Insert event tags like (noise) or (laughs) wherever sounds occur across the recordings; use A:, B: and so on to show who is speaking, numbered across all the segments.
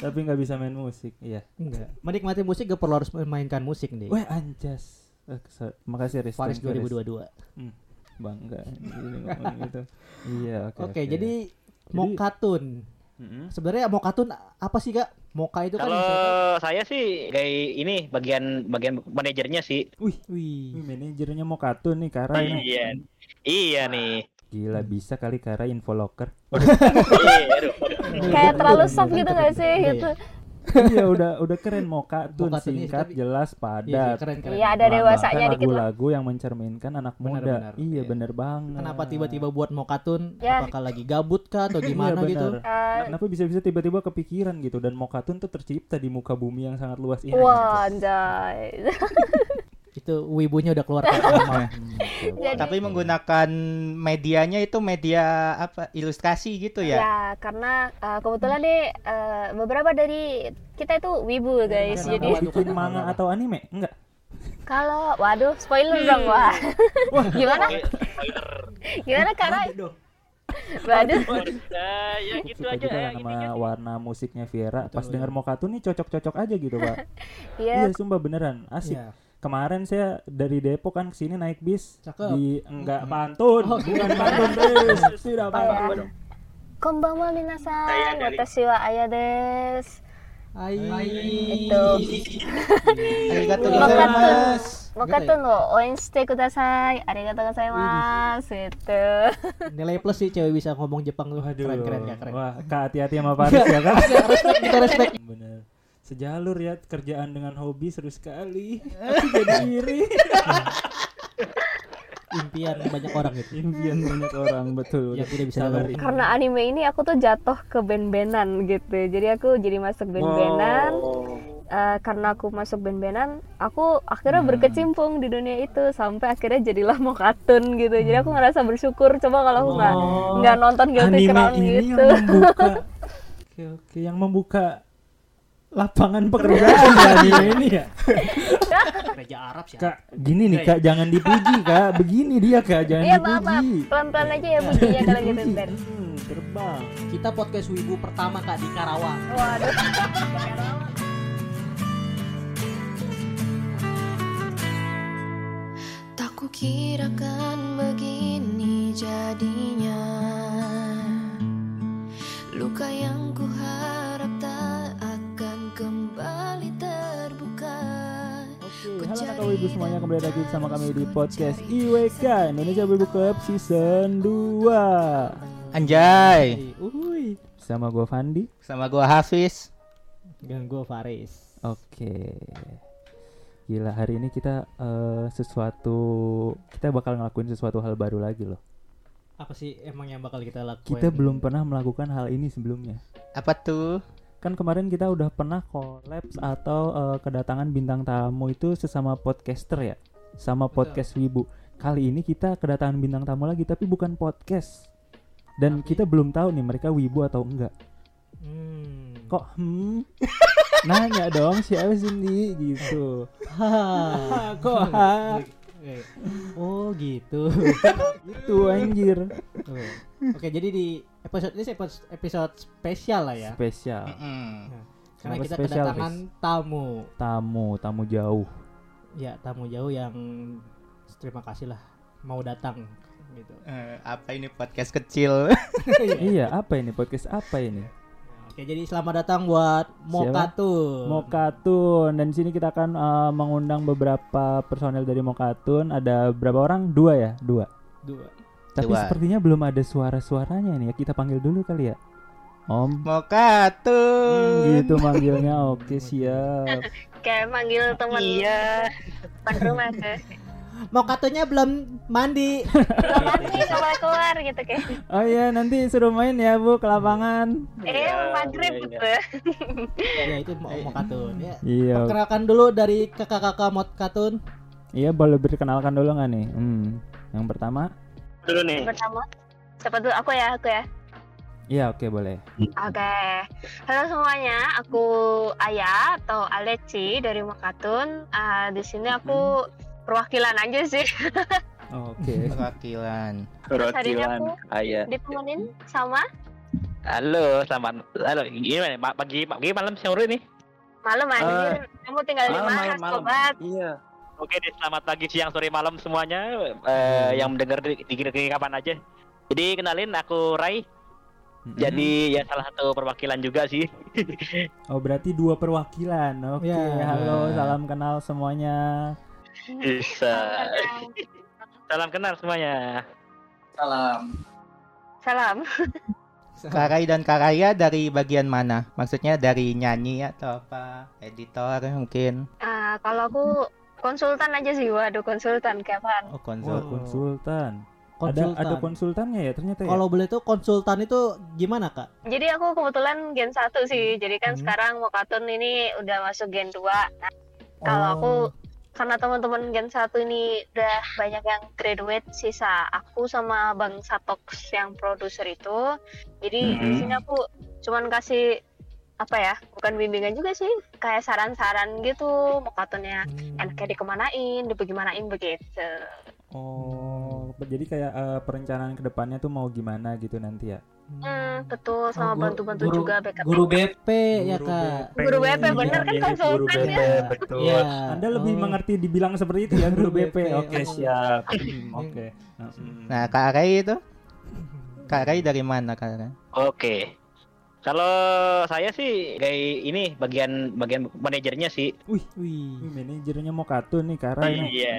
A: tapi nggak bisa main musik iya
B: Enggak. Menikmati musik gak perlu harus memainkan musik nih.
A: weh anjas Eh, so- makasih Riz
B: Iya. Faris
A: Thank you, Riz.
B: 2022.
A: Hmm, bangga ini ngomong gitu iya oke
B: Oke,
A: oke.
B: jadi
A: Jadi-
B: Mokatun.
A: Mm-mm.
B: Sebenarnya Mokatun apa sih, Kak? Moka itu kan
C: Kalau
B: misalnya-
C: saya sih kayak ini bagian bagian manajernya sih.
A: wih
B: Wih.
A: wih, manajernya mau katun nih Kara ini.
C: Iya. Iya nih.
A: gila bisa kali Kara info locker
C: Iya, aduh.
B: (laughs)
D: Kayak terlalu soft gitu gak sih
B: Iya,
D: gitu.
A: (laughs) iya udah udah keren mau katun
B: Mokatun ini
A: singkat
B: tapi-
A: jelas
B: Iya, sih,
A: padat
B: keren keren.
D: Iya ada
A: Melambangkan
D: dewasanya dikit lah.
A: lagu-lagu yang mencerminkan anak
B: Benar,
A: muda
B: benar.
A: iya
B: Iya.
A: bener banget
B: Kenapa tiba-tiba buat Mokatun?
D: Ya.
B: Apakah lagi gabut kah atau
A: Iya,
B: gimana
A: benar.
B: gitu?
D: Eh,
A: Kenapa bisa-bisa tiba-tiba kepikiran gitu dan Mokatun tuh tercipta di muka bumi yang sangat luas Iya, ini.
D: Wah, anjay.
B: Itu wibunya udah keluar Kak. Normal.
A: Hmm,
E: Tapi menggunakan medianya itu media apa ilustrasi gitu ya?
D: (laughs) Ya, karena eh, kebetulan nih eh, beberapa dari kita itu wibu
B: Kenapa?
D: guys. Iya, Jadi
A: Mau bikin manga atau anime? Enggak.
D: kalau waduh spoiler dong wah. Gimana? Gimana karena waduh
C: Nah, ya gitu
A: Suka
C: aja
A: juga
C: ya,
A: kan sama
C: intinya.
A: warna musiknya Viera. Pas
B: Betul,
A: denger Mokatun nih cocok-cocok aja gitu, Pak. Iya,
D: ya
A: sumpah beneran. Asik.
B: Iya.
A: Kemarin saya dari Depok kan kesini naik bis
B: Cakep.
A: di enggak pantun,
B: Oh,
A: bukan pantun, bis. Tidak pantun.
D: konbanwa minasan watashi wa aya desu.
B: Hai.
D: Itu
E: Arigatou
D: Mokatun.
E: gozaimasu.
D: Mokato no oen shite kudasai. Arigatou gozaimasu. Gitu. (laughs)
B: Nilai plus sih cewek bisa ngomong Jepang tuh.
A: Aduh.
B: Keren keren Kak, keren.
A: Wah, Kak, hati-hati sama Paris ya kan.
B: Kita respect, kita respect.
A: Bener. Sejalur ya kerjaan dengan hobi seru sekali. Aku jadi iri.
B: Impian banyak orang gitu.
A: Impian banyak orang betul.
B: Yang tidak bisa
A: Sabar,
B: dilakukan.
A: ini.
C: Hmm.
D: Karena anime ini aku tuh jatuh ke band-bandan gitu. Jadi aku jadi masuk band-bandan. Eh, karena aku masuk band-bandan, aku akhirnya
C: Hmm.
D: berkecimpung di dunia itu sampai akhirnya jadilah mokatun gitu. Jadi
C: Hmm.
D: aku ngerasa bersyukur. Coba kalau aku nggak nggak nonton Guilty
A: anime
D: Crown
A: ini
D: gitu.
A: yang membuka
D: (laughs)
A: oke oke yang membuka lapangan pekerjaan ya anime ini ya
B: Raja Arab sih.
A: kak gini nih kak jangan dipuji kak begini dia kak jangan
D: Iya maaf maaf,
A: dipuji
D: pelan-pelan aja ya bunyinya kalau gitu
A: Dipuji.
D: ntar.
A: Hmm, terbang
B: Kita podcast wibu pertama Kak di Karawang.
D: Waduh.
F: Tak kukirakan begini jadinya Luka yang kuharap tak akan kembali terbuka
A: Oke, halo kakak wibu semuanya kembali lagi bersama kami di podcast IWK Indonesia Wibu Club Season 2
E: Anjay.
B: Uhuy.
A: Sama gue Fandi
E: Sama gua Hafiz.
B: Dan gue Faris.
A: Oke. Gila hari ini kita eh, sesuatu kita bakal ngelakuin sesuatu hal baru lagi loh.
B: Apa sih emang yang bakal kita lakuin?
A: Kita belum pernah melakukan hal ini sebelumnya.
E: Apa tuh?
A: Kan kemarin kita udah pernah collabs atau eh, kedatangan bintang tamu itu sesama podcaster ya, sama podcast Wibu. Kali ini kita kedatangan bintang tamu lagi tapi bukan podcast. Dan kita belum tahu nih mereka Wibu atau enggak.
B: Hmm. (laughs)
A: Kok hmm? Nanya dong siapa sih Ndi? gitu.
B: Ha.
A: Kok ha?
B: Oke. Oh gitu.
A: Itu Gitu, anjir.
B: Oke, Oke, jadi di episode ini episode, episode spesial lah ya.
A: Spesial.
E: Mm-mm.
B: Karena
A: Kenapa
B: kita
A: spesial,
B: kedatangan tamu.
A: tamu tamu jauh
B: Ya, tamu jauh yang terima kasih lah mau datang
A: (laughs)
B: gitu.
E: Eh, apa ini podcast kecil? (laughs)
A: iya apa ini podcast apa ini
B: Oke, jadi selamat datang buat Mokatu.
A: Mokatun dan di sini kita akan eh, mengundang beberapa personel dari Mokatun ada berapa orang dua ya dua
B: Dua.
A: tapi
E: Dua.
A: sepertinya belum ada suara-suaranya nih ya kita panggil dulu kali ya Om
E: Mokatun.
A: gitu manggilnya oke siap
D: Kayak manggil teman
C: Iya.
D: depan rumah (laughs) tuh.
B: Mokatunya belum
A: (laughs)
B: mandi.
C: Iya,
D: Belum mandi keluar keluar gitu kayak.
A: oh iya nanti suruh main ya bu ke lapangan
D: Eh,
C: Iya,
D: maghrib
C: iya, iya.
D: gitu.
B: ya, itu Mo-
A: Eh.
B: Mokatun. Ya.
A: iya
B: Perkenalkan dulu dari kakak-kakak Mokatun.
A: iya boleh perkenalkan dulu nggak nih hmm. yang pertama
C: Dulu nih.
D: Pertama Siapa dulu? Aku ya, aku ya.
A: iya oke boleh
D: Oke. Halo semuanya, aku Aya atau Aleci dari Mekatun. Ah, di sini aku
G: Mm-hmm.
D: perwakilan aja sih. (laughs)
A: oke
E: Perwakilan. (laughs)
D: Terus hari ini
C: Perwakilan.
D: aku
C: Ah, iya.
D: Ditemenin sama
C: Halo, selamat. Halo, gimana? Ma- Pagi, pagi, malam, sore nih.
D: Malam anjir, kamu tinggal di
G: Eh, Malam,
D: mana,
G: malam, malam.
D: sobat?
G: Iya.
C: Oke deh, selamat pagi, siang, sore, malam semuanya. Eh, yang mendengar di, di, di- kapan aja. Jadi kenalin aku Rai. Jadi ya salah satu perwakilan juga sih.
A: Oh berarti dua perwakilan. Oke,
B: Ya.
A: halo, salam kenal semuanya.
G: Iya.
C: Bisa. Salam kenal semuanya.
G: Salam.
D: (laughs) Salam.
E: Karai dan Karaya dari bagian mana? Maksudnya dari nyanyi atau apa? Editor mungkin?
D: Eh, kalau aku konsultan aja sih, waduh konsultan kayak apaan?
E: Oh
A: Wah,
E: konsul.
B: Wow.
A: konsultan.
B: konsultan.
A: Ada ada konsultannya ya ternyata ya.
B: Kalau boleh tuh konsultan itu gimana kak?
D: Jadi aku kebetulan gen 1 sih, jadi kan
G: Mm-hmm.
B: Hmm.
D: sekarang Mokatun ini udah masuk gen 2. Nah, kalau
B: Oh.
D: aku karena teman-teman gen 1 ini udah banyak yang graduate sisa aku sama Bang Satox yang produser itu. Jadi di sini aku cuman kasih apa ya? Bukan bimbingan juga sih, kayak saran-saran gitu Mokatunnya enaknya dikemanain, dibagaimanain begitu.
A: Oh, jadi kayak eh, perencanaan kedepannya tuh mau gimana gitu nanti ya?
D: Hmm, betul sama
B: Oh, guru-
D: bantu-bantu
G: guru-
D: juga backup.
G: Guru BP.
B: P ya kak.
D: Guru BP, bener kan konsultan
B: BP,
D: ya?
G: betul.
B: Iya.
A: Anda lebih
B: Oh. (laughs)
A: mengerti dibilang seperti itu ya guru BP. Oke,
B: Oke,
A: siap. Hmm, Oke.
B: Iya.
E: Nah Karai itu? Karai dari mana Karai?
C: Oke. Kalau saya sih kayak ini bagian bagian manajernya sih.
A: Wih,
B: Wih.
A: wih, manajernya mau kartu nih Kara. ini.
C: Iya.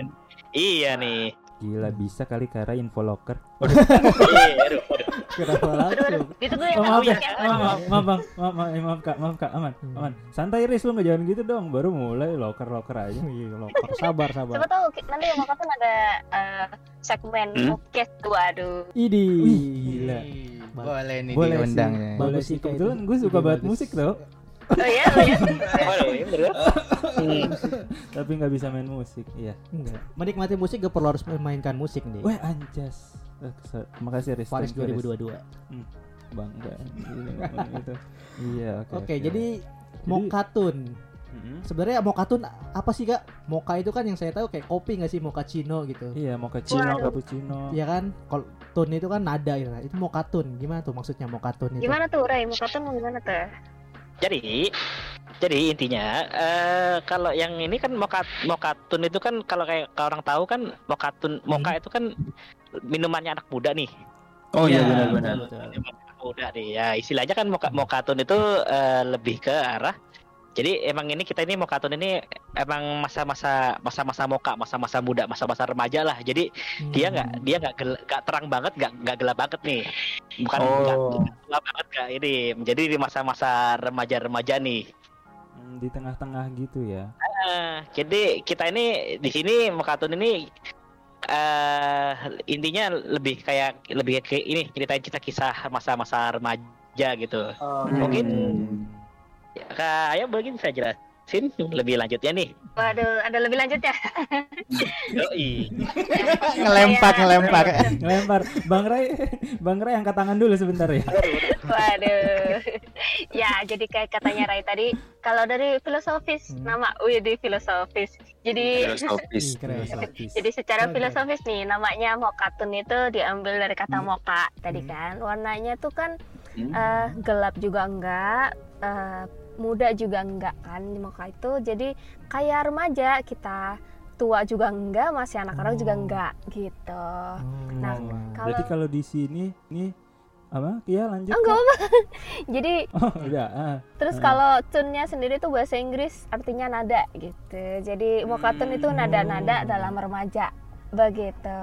C: Iya nih.
A: Gila bisa kali Kara info locker.
C: Iya, aduh, aduh.
B: Kenapa
D: Aduh, aduh,
B: langsung?
D: itu tuh Iya,
A: Oh,
D: yang
A: maaf
D: aku
A: ya,
D: yang-
A: maaf, maaf, maaf, Bang. maaf, maaf, eh, maaf, kak, maaf kak, aman,
B: Hmm.
A: aman. Santai Riz lu nggak jangan gitu dong, baru mulai loker loker aja.
B: Wih, loker. Iya, Sabar sabar.
D: Siapa tahu ki- nanti yang akan ada eh, segmen
C: Hmm?
D: podcast dua aduh.
B: Idi.
A: Wih, gila.
E: Boleh nih
A: Boleh
E: diundang
A: sih,
E: ya.
A: boleh
B: Bagus
A: sih.
B: sih, Kak,
A: Kebetulan
B: itu.
A: gue suka
B: Ide
A: banget
B: bagus.
A: musik tuh,
D: Oh iya, oh iya.
C: Aduh, iya bener. Hmm.
A: tapi nggak bisa main musik. Iya.
B: Enggak. Menikmati musik gak perlu harus memainkan musik nih.
A: Weh anjas. Eh, kesel. Makasih Riz.
B: Gitu. Paris
A: Thank you, Riz.
B: 2022.
A: Bangga. Gitu. Iya. Oke.
B: Oke, jadi Mokatun.
A: Mm-mm.
B: Sebenarnya Mokatun apa sih kak? Moka itu kan yang saya tahu kayak kopi nggak sih? Moka Cino gitu.
A: Iya mau ke Cino,
D: Waduh.
A: cappuccino.
B: Iya kan? Kalau tun itu kan nada ya. Itu Mokatun. Gimana tuh maksudnya Mokatun itu?
D: Gimana tuh Ray? Mau kata mau gimana tuh?
C: Jadi jadi intinya eh kalau yang ini kan moka mokatun itu kan kalau kayak kalau orang tahu kan mokatun moka itu kan minumannya anak muda nih.
G: Hmm. Oh iya
B: Ya,
G: benar-benar.
B: betul, betul.
C: Minuman anak muda nih. Ya istilahnya kan moka mokatun itu eh, lebih ke arah jadi emang ini kita ini mokatun ini emang masa-masa masa-masa moka, masa-masa muda, masa-masa remaja lah. Jadi
B: Iya
C: dia nggak dia nggak gel- nggak terang banget nggak nggak gelap banget nih bukan nggak nggak gelap banget nggak ini jadi di masa-masa remaja-remaja nih
A: Hmm, Di tengah-tengah gitu ya. (laughs)
C: Eh, jadi kita ini di sini Mekatun ini eh intinya lebih kayak lebih kayak ini ceritain kita kisah masa-masa remaja gitu Mungkin. ya, Kak Ayah mungkin bisa jelasin lebih lanjutnya nih
D: Waduh, ada lebih
B: (laughs)
D: lanjut ya?
C: Yoi.
E: Ngelempar ngelempar. (laughs)
A: Ngelempar. Bang Ray, (laughs) Bang Ray angkat tangan dulu sebentar ya.
D: Waduh. ya, jadi kayak katanya Ray tadi, kalau dari filosofis
B: Hmm.
D: nama wih di filosofis. Jadi
G: Filosofis.
B: Ih, keren.
A: Filosofis.
D: Jadi secara
B: Oke.
D: filosofis nih namanya mokatun itu diambil dari kata
B: Hmm.
D: moka tadi kan. Warnanya tuh kan
G: Hmm.
D: eh, gelap juga enggak, eh, muda juga enggak kan di moka itu. Jadi kayak remaja kita tua juga enggak, masih anak-anak juga
B: Oh.
D: enggak gitu.
B: nah,
D: Nah, Kalau
A: Hmm. Berarti kalau di sini nih apa? Iya lanjut.
D: Oh, enggak
A: Kak. (laughs)
D: apa-apa. (laughs) Jadi
A: Oh, udah. ah.
D: terus
A: Eh.
D: kalau tunnya sendiri tuh bahasa Inggris artinya nada gitu. Jadi mokatun itu nada-nada dalam remaja begitu.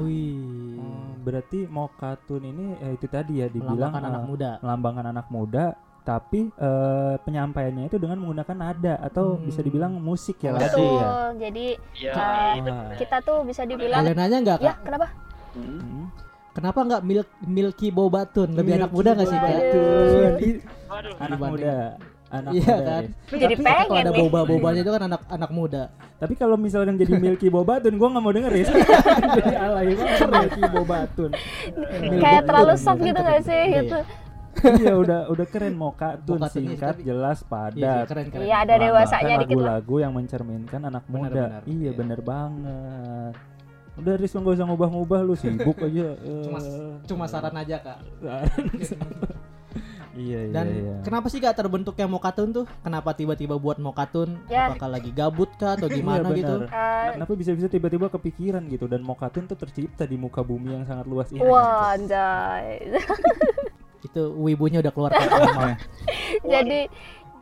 B: Wih.
A: Hmm, berarti mau kartun ini eh, itu tadi ya dibilang
B: Melambangkan anak
A: eh,
B: muda.
A: melambangkan anak muda tapi eh, penyampaiannya itu dengan menggunakan nada atau
B: Hmm.
A: bisa dibilang musik ya
G: Musik.
A: Lati ya.
D: Betul. Jadi
C: Ya,
D: eh,
A: Wah.
D: kita tuh bisa dibilang
B: Ada nanya nggak
D: ya
B: kak?
D: kenapa
A: Hmm.
B: Kenapa nggak milk, Milky Boba Tun? Lebih anak
A: Milky
B: muda nggak sih
A: Boba
B: kak? Iya.
A: Tun.
C: waduh.
A: anak
B: Dibanding-
A: muda anak muda
B: Iya
A: ya.
B: kan?
A: Riz.
D: jadi
B: Tapi
D: pengen
B: Kalau ada
D: nih
B: boba-bobanya itu kan anak anak muda.
A: tapi kalau misalkan jadi Milky Bobatun gue nggak mau denger
B: (laughs)
A: ya jadi alay banget Milky Bobatun
D: kayak terlalu soft gitu nggak sih
B: Iya,
D: gitu
A: iya udah udah keren mau katun
B: Mocha Tun, iya,
A: singkat
B: tapi-
A: jelas
B: Iya sih,
A: padat
B: keren keren.
D: iya ada dewasanya
A: Melambangkan
D: dikit lah
A: lagu-lagu yang mencerminkan anak
B: Benar,
A: muda
B: benar.
A: iya
B: Iya.
A: bener banget udah Riz lu nggak usah ngubah-ngubah lu sibuk aja Eh,
B: Cuma- Cuma saran aja kak.
A: (laughs) Iya, iya,
B: Dan
A: iya.
B: kenapa sih gak terbentuknya Mokatun tuh? Kenapa tiba-tiba buat Mokatun?
D: Ya.
B: Apakah lagi gabut kah
A: (laughs)
B: atau
A: Iya,
B: gimana
A: benar.
B: gitu?
D: Eh,
A: Kenapa bisa-bisa tiba-tiba kepikiran gitu dan Mokatun tuh tercipta di muka bumi yang sangat luas Iya, gitu. ini.
D: Wah, anjay.
B: Itu wibunya udah keluar kata
D: (laughs) Jadi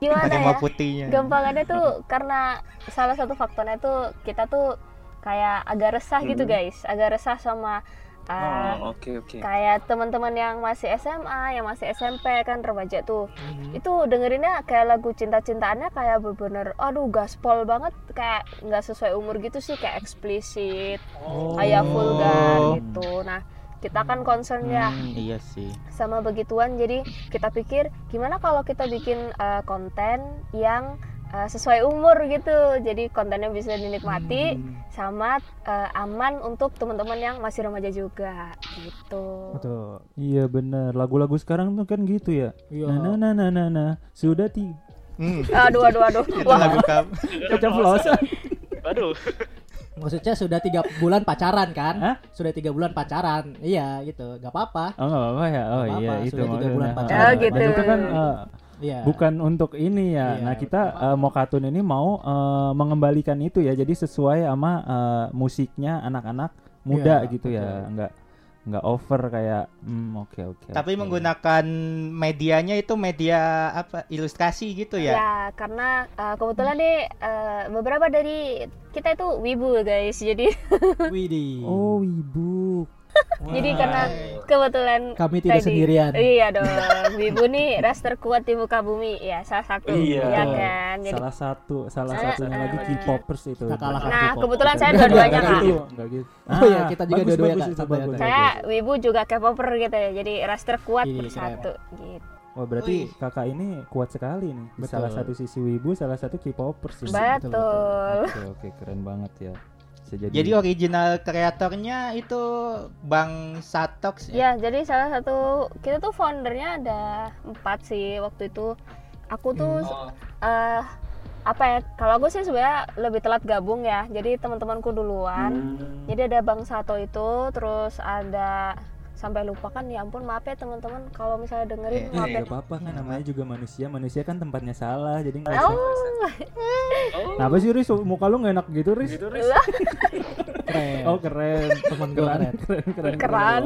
D: gimana
E: pakai
D: ya?
E: mau putihnya
D: Gampangannya tuh karena salah satu faktornya tuh kita tuh kayak agak resah gitu
G: Hmm.
D: guys, agak resah sama uh,
G: Oh, oke oke.
D: kayak teman-teman yang masih SMA, yang masih SMP kan remaja tuh.
G: Hmm.
D: Itu dengerinnya kayak lagu cinta-cintaannya kayak bener-bener aduh gaspol banget kayak nggak sesuai umur gitu sih kayak eksplisit,
B: Oh,
D: kayak
G: Oh.
D: vulgar gitu. Nah, kita kan concern ya
E: Hmm, iya sih.
D: sama begituan jadi kita pikir gimana kalau kita bikin eh, konten yang eh, sesuai umur gitu jadi kontennya bisa dinikmati
A: Hmm.
D: sama eh, aman untuk teman-teman yang masih remaja juga gitu
B: Betul.
A: Iya bener, lagu-lagu sekarang tuh kan gitu ya.
B: Iya.
A: Nah, nah, nah, nah, nah, sudah ti.
E: Hmm,
D: aduh aduh aduh
E: (laughs) itu
D: wah
E: lagu kamu.
A: Keceplosan.
C: Aduh.
B: Maksudnya sudah tiga bulan pacaran kan?
A: Hah?
B: Sudah tiga bulan pacaran. Iya gitu. Gak
A: (laughs)
B: apa-apa.
A: Oh nggak apa-apa ya. Oh
B: Nggak
A: iya
B: apa-apa,
A: itu
B: sudah tiga
A: maksudnya.
B: bulan
A: Ah,
B: pacaran.
D: Oh, gitu.
A: Itu kan eh,
B: Iya.
A: bukan untuk ini ya.
B: Iya,
A: nah kita
B: nggak
A: eh, Mokatun ini mau eh, mengembalikan itu ya. Jadi sesuai sama eh, musiknya anak-anak muda
B: Iya,
A: gitu ya.
B: betul.
A: Nggak nggak over kayak hmm oke oke.
E: Tapi
A: oke.
E: menggunakan medianya itu media apa? Ilustrasi gitu ya?
D: ya karena eh, kebetulan nih eh, beberapa dari kita itu wibu guys jadi
B: Widih.
A: Oh ibu.
D: jadi karena kebetulan
B: Kami tidak
D: tadi-
B: sendirian.
D: iya dong wibu nih ras terkuat di muka bumi ya salah satu
G: Iya.
D: ya kan jadi
A: salah satu salah
D: Saya,
A: satunya lagi
D: eh,
A: K-popers itu.
B: Kita kalah.
D: Nah,
B: K-pop.
D: kebetulan saya
A: Nggak,
D: dua-duanya
A: nggak
D: kak.
A: gitu, nggak gitu.
B: Oh iya, kita juga
A: bagus,
B: dua-duanya,
A: bagus
B: Kak.
A: itu,
B: Santai,
A: bagus.
B: santai.
D: Saya Wibu juga K-popper gitu ya. Jadi raster kuat
B: Iya,
D: bersatu gitu.
A: Wah Oh, berarti
E: Wih.
A: kakak ini kuat sekali nih. Di
B: Betul.
A: Salah satu sisi wibu, salah satu K-popers. ini.
D: Betul.
A: Oke oke keren banget ya. Bisa jadi.
E: Jadi original kreatornya itu Bang Satox ya?
D: Ya, jadi salah satu kita tuh foundernya ada empat sih waktu itu. Aku tuh eh apa ya? Kalau aku sih sebenarnya lebih telat gabung ya. Jadi teman-temanku duluan. Jadi ada Bang Sato itu, terus ada sampai lupa kan ya ampun maaf ya teman-teman kalau misalnya dengerin
E: Eh,
A: Ya,
D: maaf ya.
A: nggak apa-apa kan namanya juga manusia. Manusia kan tempatnya salah. Jadi nggak usah.
D: Oh,
G: Oh.
A: Kenapa sih Riz? Muka lu nggak enak gitu Riz?
G: Gitu Riz.
B: Keren.
A: Oh keren. (laughs)
B: Temen gue
A: Keren
B: keren.
A: keren keren.
D: Keren.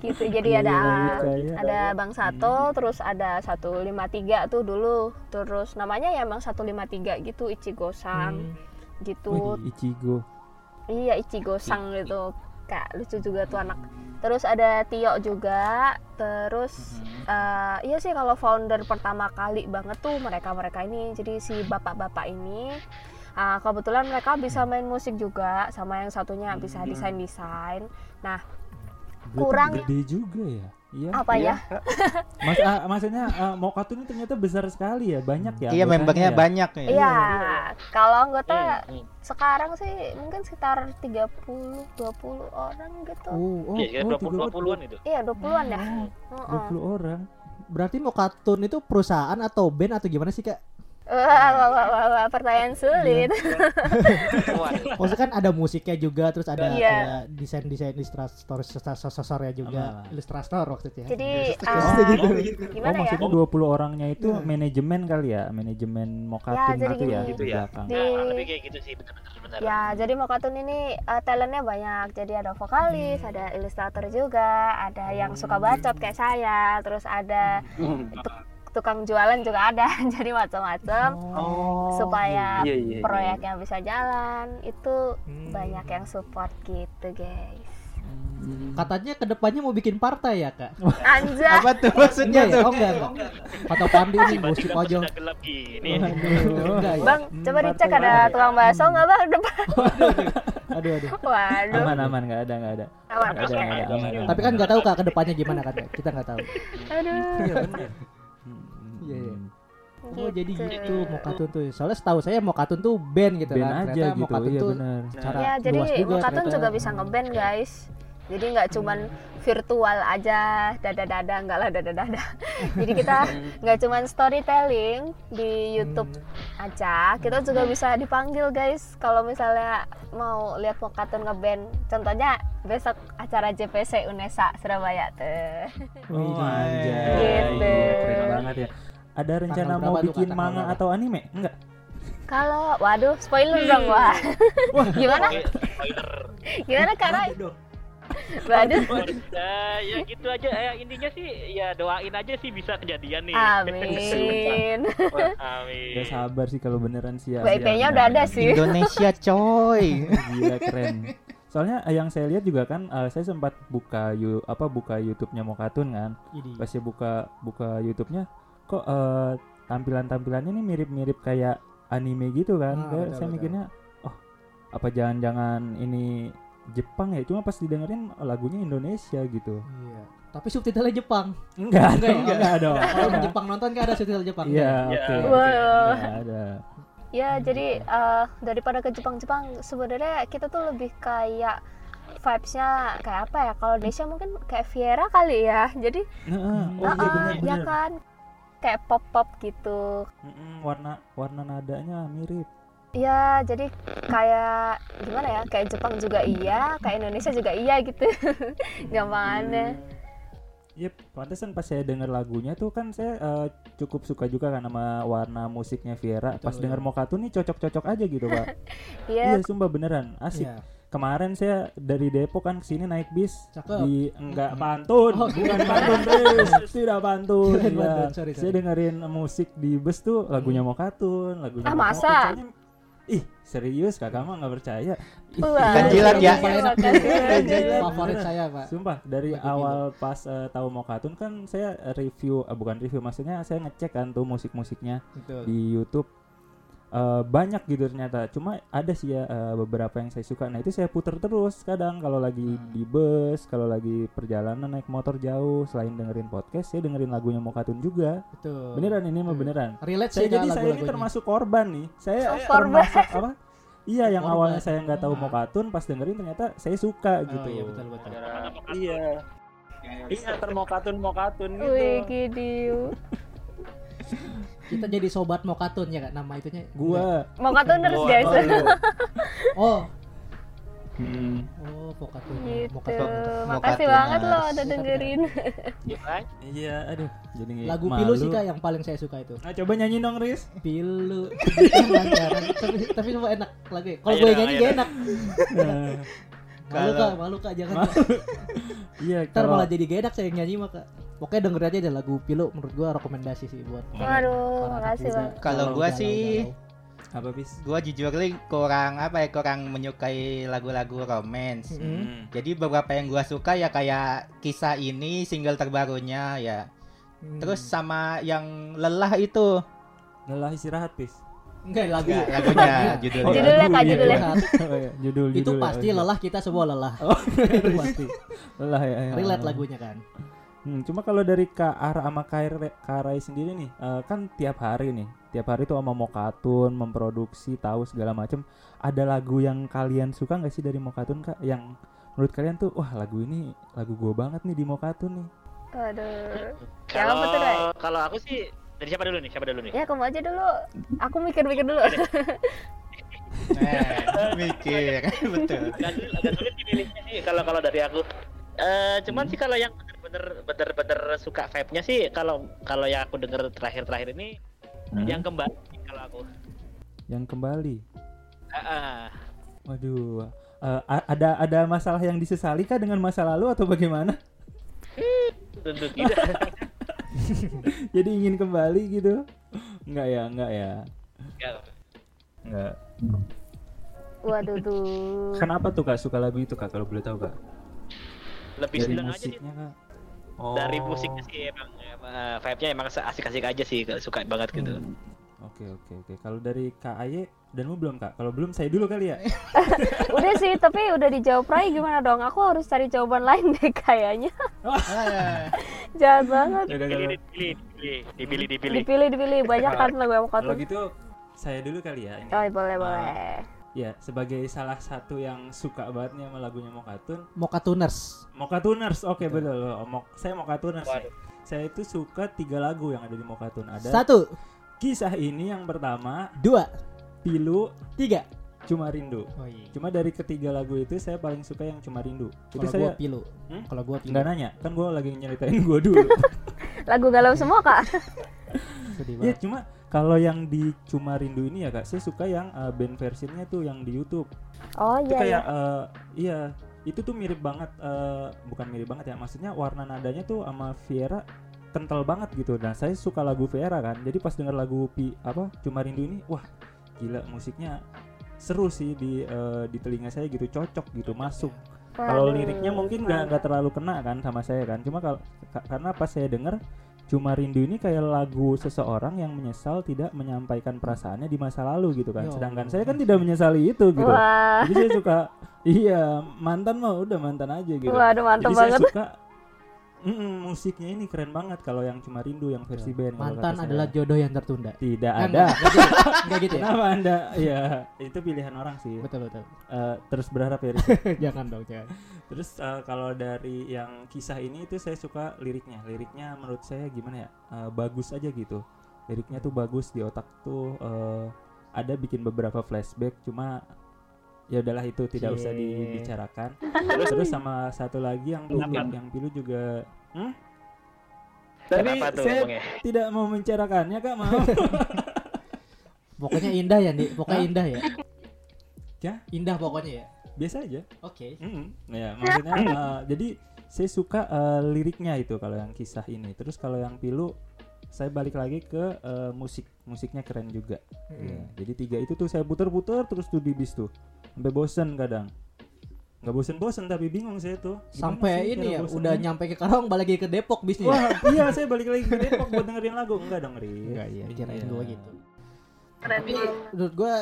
D: gitu. Jadi ada
A: Iya,
D: ada Bang Sato, terus ada 153 tuh dulu. Terus namanya ya Bang 153 gitu, Ichigo-san
B: Hmm.
A: Wih,
D: gitu.
A: Ichigo.
D: Iya, Ichigo-san gitu. Kak, lucu juga tuh anak. Terus ada Tio juga. Terus
A: Hmm.
D: eh, iya sih kalau founder pertama kali banget tuh mereka-mereka ini. Jadi si bapak-bapak ini ah, kebetulan mereka bisa main musik juga sama yang satunya bisa
A: Hmm.
D: desain-desain.
A: Berarti
D: Kurang.
A: Gede juga ya. Iya.
D: Apa ya?
A: Mas, ah, maksudnya ah, Mokatu ini ternyata besar sekali ya, banyak ya. anggotanya
E: Iya, membernya
A: ya?
E: banyak ya.
D: Iya, kalau
A: Iya.
D: anggota sekarang sih mungkin sekitar 30 20 orang gitu.
G: Uh.
B: Oh, oh.
C: Ya, kira
A: oh,
C: 20 20-an itu.
D: Iya, 20-an ya. Heeh.
A: 20 orang.
B: Berarti mau kartun itu perusahaan atau band atau gimana sih kak?
D: Wah, wah, wah, wah, wah, pertanyaan sulit.
G: Iya.
C: Waduh.
B: Maksudnya kan ada musiknya juga, terus ada
D: Iya.
B: kayak desain-desain ilustrator, ilustratornya juga, ilustrator maksudnya.
D: Jadi
G: Iya,
B: Terus
D: eh,
B: gitu.
A: Oh,
D: gimana ya? Iya.
A: maksudnya 20 orangnya itu manajemen kali ya, manajemen Mokatun
D: Ya, jadi
A: gitu ya
D: gini.
A: di
C: Gitu ya.
A: belakang.
D: Di-
C: Nah, tapi kayak gitu sih benar-benar benar.
D: Ya, jadi Mokatun ini eh, talentnya banyak. Jadi ada vokalis,
G: Hmm.
D: ada ilustrator juga, ada yang suka bacot kayak saya, terus ada
G: Hmm.
D: tukang jualan juga ada. (laughs) Jadi macam-macam
G: Oh.
D: supaya
G: Iya, iya, iya.
D: proyeknya bisa jalan. Itu
B: Hmm.
D: banyak yang support gitu, guys.
B: Katanya kedepannya mau bikin partai ya kak?
D: Anjay.
E: Apa tuh maksudnya
B: ya?
E: tuh?
B: Oh enggak, enggak. Kata Pandi nih, gosip
C: Tiba-tiba
B: aja.
C: sudah gelap gini.
B: Enggak ya?
D: Bang, coba dicek ada tukang bakso nggak bang (laughs) depan?
B: Aduh, aduh.
D: Waduh,
A: Aman aman nggak ada nggak ada.
D: aman.
A: Nggak ada nggak ada aman. aman.
B: Tapi kan nggak tahu kak kedepannya gimana kan? Kak? Kita nggak tahu.
D: Aduh,
A: Iya benar.
B: Iya,
A: Hmm.
B: iya.
D: gitu.
B: (laughs) Oh jadi gitu mau katun tuh. Soalnya setahu saya mau katun tuh band gitu
A: Band
B: kan.
A: aja
B: Ternyata mau
A: gitu,
B: katun
A: iya
B: tuh
A: benar.
B: cara
D: Ya,
B: luas
D: jadi
B: juga.
D: Mokatun
B: ternyata.
D: juga bisa ngeband guys. Jadi nggak cuman virtual aja, dada-dada, nggak lah dada-dada. (laughs) Jadi kita
B: Hmm.
D: nggak cuman storytelling di YouTube
B: Hmm.
D: aja, kita juga bisa dipanggil guys. Kalau misalnya mau lihat Mokatun ngeband, contohnya besok acara JPC Unesa Surabaya tuh.
A: Wih,
E: Oh,
A: anjay.
D: gitu.
A: Iya, keren banget ya. Ada rencana
B: Tanggal
A: mau
B: berapa tuh,
A: bikin
B: Kak, tanggal
A: manga
B: berapa?
A: atau anime? Enggak.
D: Kalau, waduh, spoiler dong wah.
A: Hmm.
D: (laughs) Gimana?
C: Spoiler.
D: Gimana Kak Roy?
B: dong.
D: Waduh.
C: Eh, ya gitu aja. Eh, intinya sih ya doain aja sih bisa kejadian nih. (laughs)
D: Amin.
C: Amin.
A: Udah sabar sih kalau beneran sih. ya.
D: WIP-nya
A: Ya,
D: udah ada
A: benar-benar.
D: sih. (laughs)
E: Indonesia coy.
A: Gila keren. Soalnya eh, yang saya lihat juga kan eh, saya sempat buka you, apa buka YouTube-nya Mokatun kan.
B: Ini.
A: Pas saya buka buka YouTube-nya kok eh, tampilan-tampilannya ini mirip-mirip kayak anime gitu kan.
B: Ah,
A: Kayak
B: betul,
A: saya
B: betul.
A: mikirnya oh, apa jangan-jangan ini Jepang ya? Cuma pas didengerin lagunya Indonesia gitu.
B: Iya. Tapi subtitlenya Jepang.
A: Enggak,
B: Enggak
A: enggak,
B: ya?
A: enggak, dong.
B: Kalau orang Jepang nonton kan ada subtitle Jepang.
A: Iya,
C: Ya.
A: oke.
D: Wow.
A: Enggak ada.
D: Ya, jadi eh, daripada ke Jepang-Jepang, sebenarnya kita tuh lebih kayak vibes-nya kayak apa ya? Kalau Indonesia mungkin kayak Viera kali ya. Jadi,
A: Heeh, oh iya
D: ah,
A: benar
D: ya
A: benar.
D: kan? Kayak pop-pop gitu.
A: Mm-mm, warna warna nadanya mirip.
D: Ya, jadi kayak gimana ya? Kayak Jepang juga iya, kayak Indonesia juga iya gitu. (laughs) Gampangannya.
A: Yep, pantesan pas saya denger lagunya tuh kan saya eh, cukup suka juga kan sama warna musiknya Viera.
B: Betul,
A: Pas
B: ya.
A: denger Mokatu nih cocok-cocok aja gitu,
D: (laughs)
A: Pak.
D: Iya,
A: iya, sumpah beneran, asik.
B: Iya.
A: Kemarin saya dari Depok kan kesini naik bis
B: Cakep.
A: di enggak pantun,
B: Oh,
A: bukan pantun bis,
B: (laughs)
A: tidak pantun.
B: Bukan
A: Iya.
B: pantun, sorry,
A: Saya
B: sorry. Hmm.
A: dengerin musik di bus tuh lagunya Mokatun, lagunya
D: Ah,
A: Mokatun.
D: masa?
A: Soalnya- Ih, serius kakak mah nggak percaya. Ih,
D: Wah,
B: Kan
E: Ganjilan ya.
D: iya,
B: Paling enak
D: makasih.
A: Ganjilan.
B: Kan Favorit saya, Pak.
A: Sumpah dari
B: Bagi
A: awal pas eh, tahu Mokatun kan saya review eh, bukan review maksudnya saya ngecek kan tuh musik-musiknya
B: Betul.
A: di YouTube Eh, banyak gitu ternyata. Cuma ada sih ya eh, beberapa yang saya suka. Nah, itu saya puter terus kadang kalau lagi
B: Hmm.
A: di bus, kalau lagi perjalanan naik motor jauh selain dengerin podcast, saya dengerin lagunya Mokatun juga.
B: Betul.
A: Beneran ini mah
B: Betul.
A: beneran.
B: Relate
A: Saya
B: saya
A: Iya, jadi saya ini
B: lagu-lagunya.
A: termasuk korban nih. Saya
D: Oh, korban.
A: termasuk (laughs) apa? Iya, yang
B: Korban.
A: awalnya saya nggak tahu
B: Ah.
A: Mokatun pas dengerin ternyata saya suka gitu.
B: Oh, iya betul betul.
C: Iya. Iya, termokatun mokatun
D: Wih,
A: gitu.
D: gidiu.
B: Kita jadi sobat Mokatun ya Kak nama itunya.
A: Gua
D: Mau katunders guys.
B: (laughs) Oh,
A: Hmm.
B: oh Mokatun.
D: gitu.
B: Mokatun.
D: Makasih
E: Mokatun.
D: banget loh udah
B: Mokatun.
D: dengerin.
C: kan?
A: Iya, aduh. Jadi nggak
B: Lagu
A: malu.
B: Pilu sih Kak yang paling saya suka itu.
A: Nah, coba nyanyi dong, Riz.
B: Pilu. Bukan, jarang. tapi tapi cuma enak lagu. Kalau
C: Ayo
B: gue
C: dong,
B: nyanyi
C: ayo
B: gak enak.
A: Nah,
B: Malu
E: Kalau-
B: Kak, malu Kak jangan. Kak.
A: Iya,
B: Ntar
A: kalau-
B: malah jadi gak enak saya yang nyanyi mah Kak. Pokoknya denger aja deh lagu Pilu menurut gua rekomendasi sih buat.
D: Waduh,
B: para anak
D: Oh, makasih
B: muda.
D: banget.
E: Kalau gua
B: galau,
E: sih-
B: galau.
A: apa bis?
E: Gua jujur li kurang apa ya kurang menyukai lagu-lagu romance.
B: Mm.
E: Jadi beberapa yang gua suka ya kayak kisah ini single terbarunya ya. Terus
B: Hmm.
E: sama yang lelah itu
A: Lelah istirahat, bis.
B: enggak lagu.
E: Enggak, lagunya
B: (laughs)
A: Oh,
E: judulnya.
D: Judulnya, Kak,
A: iya,
D: judulnya.
A: iya. Oh, iya, judul,
B: itu
A: judul,
B: pasti
A: iya.
B: lelah kita semua lelah.
A: Oh,
B: (laughs) itu pasti.
A: (laughs) Lelah ya. ya.
B: Relate lagunya kan.
A: Hmm, cuma kalau dari Kak Ara sama Kak Re- Kak Rai sendiri nih, eh, kan tiap hari nih, tiap hari tuh sama Mokatun, memproduksi, tahu segala macem. Ada lagu yang kalian suka nggak sih dari Mokatun Kak? Yang menurut kalian tuh, wah lagu ini lagu gue banget nih di Mokatun nih.
D: Waduh. Jangan betul, Ray.
C: Kalau kalau aku sih dari siapa dulu nih? Siapa dulu nih?
D: Ya kamu aja dulu. Aku mikir-mikir
A: (laughs)
D: dulu.
E: Eh, (laughs) mikir. (laughs) Betul.
C: Agak sulit, agak sulit dipilihnya sih kalau kalau dari aku. Eh, cuman sih kalau yang bener-bener bener-bener suka vibe-nya sih kalau kalau yang aku denger terakhir-terakhir ini
A: Hmm.
C: yang kembali kalau aku.
A: Yang kembali.
C: Ah, ah.
A: Waduh. Eh, a- ada ada masalah yang disesali kah dengan masa lalu atau bagaimana? (laughs)
C: tentu tidak.
A: Jadi ingin kembali gitu? Enggak ya, enggak ya. Enggak.
D: Waduh tuh.
A: Kenapa tuh Kak suka lagu itu Kak kalau boleh tahu Kak?
C: Lebih
A: Dari
C: seneng aja sih
A: musiknya Kak. Oh.
C: dari musiknya sih emang eh, vibe-nya emang asik-asik aja sih suka banget gitu.
A: Oke, oke, oke. Kalau dari Kak Aye dan lu belum Kak? Kalau belum saya dulu
C: (laughs)
A: kali ya.
D: Udah sih, tapi udah dijawab Rai gimana dong? Aku harus cari jawaban lain deh
A: (laughs)
D: kayaknya.
E: Ah,
D: Jahat banget.
A: Yaudah, kalau-
C: Pilih, dipilih, dipilih, dipilih, dipilih.
D: Dipilih-dipilih banyak kan lagu yang mau
A: Kalau
D: katun.
A: gitu saya dulu kali ya ini.
D: Oh, boleh boleh.
A: Ya, sebagai salah satu yang suka banget nih sama lagunya Mokatun.
B: Mocha Tuners.
A: Mokatuners, oke betul. Oh, Mok, saya Mokatuners. nih. Saya itu suka tiga lagu yang ada di Mokatun. Ada
B: Satu,
A: kisah ini yang pertama,
B: dua,
A: Pilu,
B: tiga.
A: Cuma Rindu.
B: Oh iya.
A: Cuma dari ketiga lagu itu saya paling suka yang Cuma Rindu. Itu
B: Kalau
A: saya
B: gua pilu.
A: Hmm?
B: Kalau gua pilu.
A: nggak nanya, kan gue lagi nyeritain gue
B: (laughs)
A: dulu.
D: Lagu galau semua kak.
B: Sedih
A: Iya
B: banget.
A: cuma kalau yang di Cuma Rindu ini ya kak, saya suka yang eh, band versionnya tuh yang di YouTube.
D: Oh
A: itu
D: iya. iya.
A: kayak eh, iya itu tuh mirip banget eh, bukan mirip banget ya maksudnya warna nadanya tuh sama Viera kental banget gitu nah saya suka lagu Viera kan jadi pas denger lagu Pi apa cuma rindu ini wah gila musiknya seru sih di eh, di telinga saya gitu cocok gitu masuk kalau
D: Waduh,
A: liriknya mungkin nggak nggak terlalu kena kan sama saya kan cuma kalau ka- karena pas saya denger cuma rindu ini kayak lagu seseorang yang menyesal tidak menyampaikan perasaannya di masa lalu gitu kan
B: Ya
A: sedangkan
B: Allah.
A: saya kan tidak menyesali itu gitu
D: Wah,
A: jadi saya suka iya mantan mah udah mantan aja gitu
D: waduh mantep
A: jadi
D: banget.
A: saya suka Mm-mm, musiknya ini keren banget kalau yang cuma rindu yang versi band kalau
B: Iya. Mantan
A: kata saya.
B: adalah jodoh yang tertunda.
A: tidak
B: Kan,
A: ada
B: nggak gitu- (laughs) nggak gitu ya?
A: kenapa anda ya itu pilihan orang sih
B: Betul betul.
A: Eh, terus berharap ya Rizky.
B: (laughs) jangan dong jangan.
A: terus eh, kalau dari yang kisah ini itu saya suka liriknya liriknya menurut saya gimana ya eh, bagus aja gitu liriknya tuh bagus di otak tuh eh, ada bikin beberapa flashback cuma ya udahlah itu
B: Iya.
A: tidak usah
B: Cie.
A: dibicarakan terus terus sama satu lagi yang pilu,
C: Kenapa?
A: yang pilu juga
C: Kenapa tuh
A: saya-
C: ngomongnya?
A: tidak mau menceritakannya kak mau
B: Pokoknya indah ya, Ndi. Pokoknya indah ya.
A: Ya?
B: Indah pokoknya ya.
A: biasa aja
B: Oke.
A: Mm-mm. ya maksudnya eh, jadi saya suka eh, liriknya itu kalau yang kisah ini terus kalau yang pilu saya balik lagi ke eh, musik musiknya keren juga Iya, jadi tiga itu tuh saya puter-puter terus tuh di bis tuh sampai bosen kadang nggak bosen-bosen tapi bingung saya tuh Gimana sih
B: Sampai ini
A: cara
B: ya
A: bosennya?
B: udah nyampe ke Karawang balik lagi ke Depok bisnya. ya? (laughs)
A: Wah, iya saya balik lagi ke Depok buat dengerin lagu. Enggak dong, Riz.
B: Enggak iya, kirain
A: Iya.
B: gua gitu. Tapi menurut gua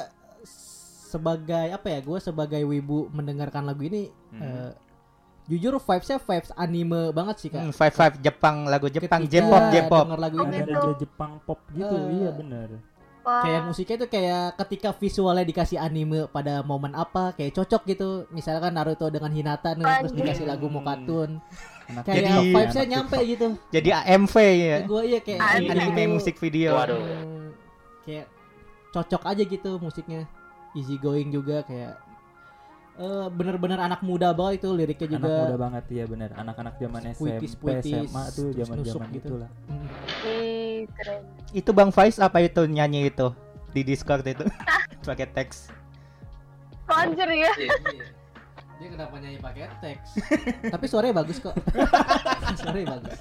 B: sebagai apa ya? Gua sebagai wibu mendengarkan lagu ini
A: Hmm.
B: eh, jujur vibes-nya vibes anime banget sih, Kak.
E: Hmm, five five Jepang lagu Jepang
B: Ya. Ketika
E: J-pop J-pop.
B: denger lagu
A: Ada
B: ini
D: gitu.
A: Iya, ada Jepang pop gitu.
B: Eh.
A: Iya, benar.
D: Wah.
B: kayak musiknya itu kayak ketika visualnya dikasih anime pada momen apa kayak cocok gitu misalkan Naruto dengan Hinata nih, terus
D: Anjing.
B: dikasih lagu Mokatun
A: Anak
B: kayak
E: Jadi-
B: vibesnya nyampe gitu
E: Jadi AMV ya.
B: gue iya kayak anime
D: Anjing.
E: Anime
B: itu,
E: musik video.
C: Waduh.
B: eh, kayak cocok aja gitu musiknya easy going juga kayak eh, bener-bener anak muda banget itu liriknya
A: anak
B: juga
A: muda banget iya benar anak-anak zaman SMP
B: Puitis, puitis,
A: SMA tuh
B: terus
A: zaman-zaman
B: nusuk gitu.
A: itulah
B: Mm.
D: Ih, keren.
E: Itu Bang Faiz apa itu nyanyi itu di Discord itu (laughs) pakai teks.
D: Anjir ya.
B: iya. dia kenapa nyanyi pakai teks tapi suaranya bagus kok suaranya bagus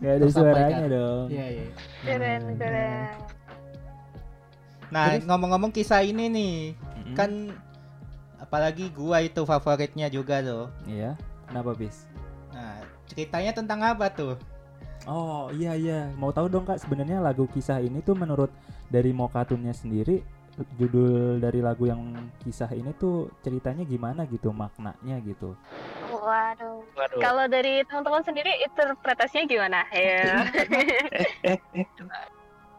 A: Gak ada
B: Tersampaikan.
A: suaranya dong
B: iya iya
D: Keren,
A: Hmm.
D: keren.
E: Nah,
B: Terus?
E: ngomong-ngomong kisah ini nih,
A: Mm-mm.
E: kan apalagi gua itu favoritnya juga tuh.
A: Iya Kenapa bis?
E: Nah, ceritanya tentang apa tuh?
A: Oh iya iya Mau tahu dong kak sebenarnya lagu kisah ini tuh menurut dari Mokatunnya sendiri Judul dari lagu yang kisah ini tuh ceritanya gimana gitu Maknanya gitu
D: Waduh.
C: Waduh.
D: Kalau dari teman-teman sendiri interpretasinya
A: (laughs)
D: gimana? Ya.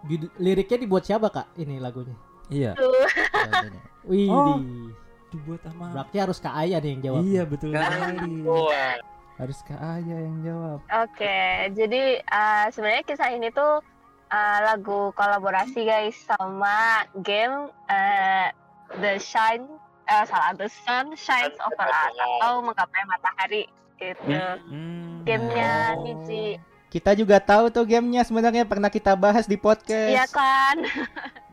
B: Judul- liriknya dibuat siapa kak ini lagunya
A: Iya
D: Tuh.
B: Wih,
A: Oh. Dibuat sama
B: berarti harus Kak Aya nih yang jawab.
A: Iya betul sekali
C: Wah,
A: Harus Kak Aya yang jawab
D: Oke, jadi eh, sebenarnya kisah ini tuh eh, lagu kolaborasi guys sama game eh, The Shine eh salah The Sun Shines Over Us atau menggapai matahari gitu.
A: Hmm,
D: Gamenya
E: Oh.
D: Niji,
E: Kita juga tahu tuh gamenya sebenarnya pernah kita bahas di podcast.
D: iya kan?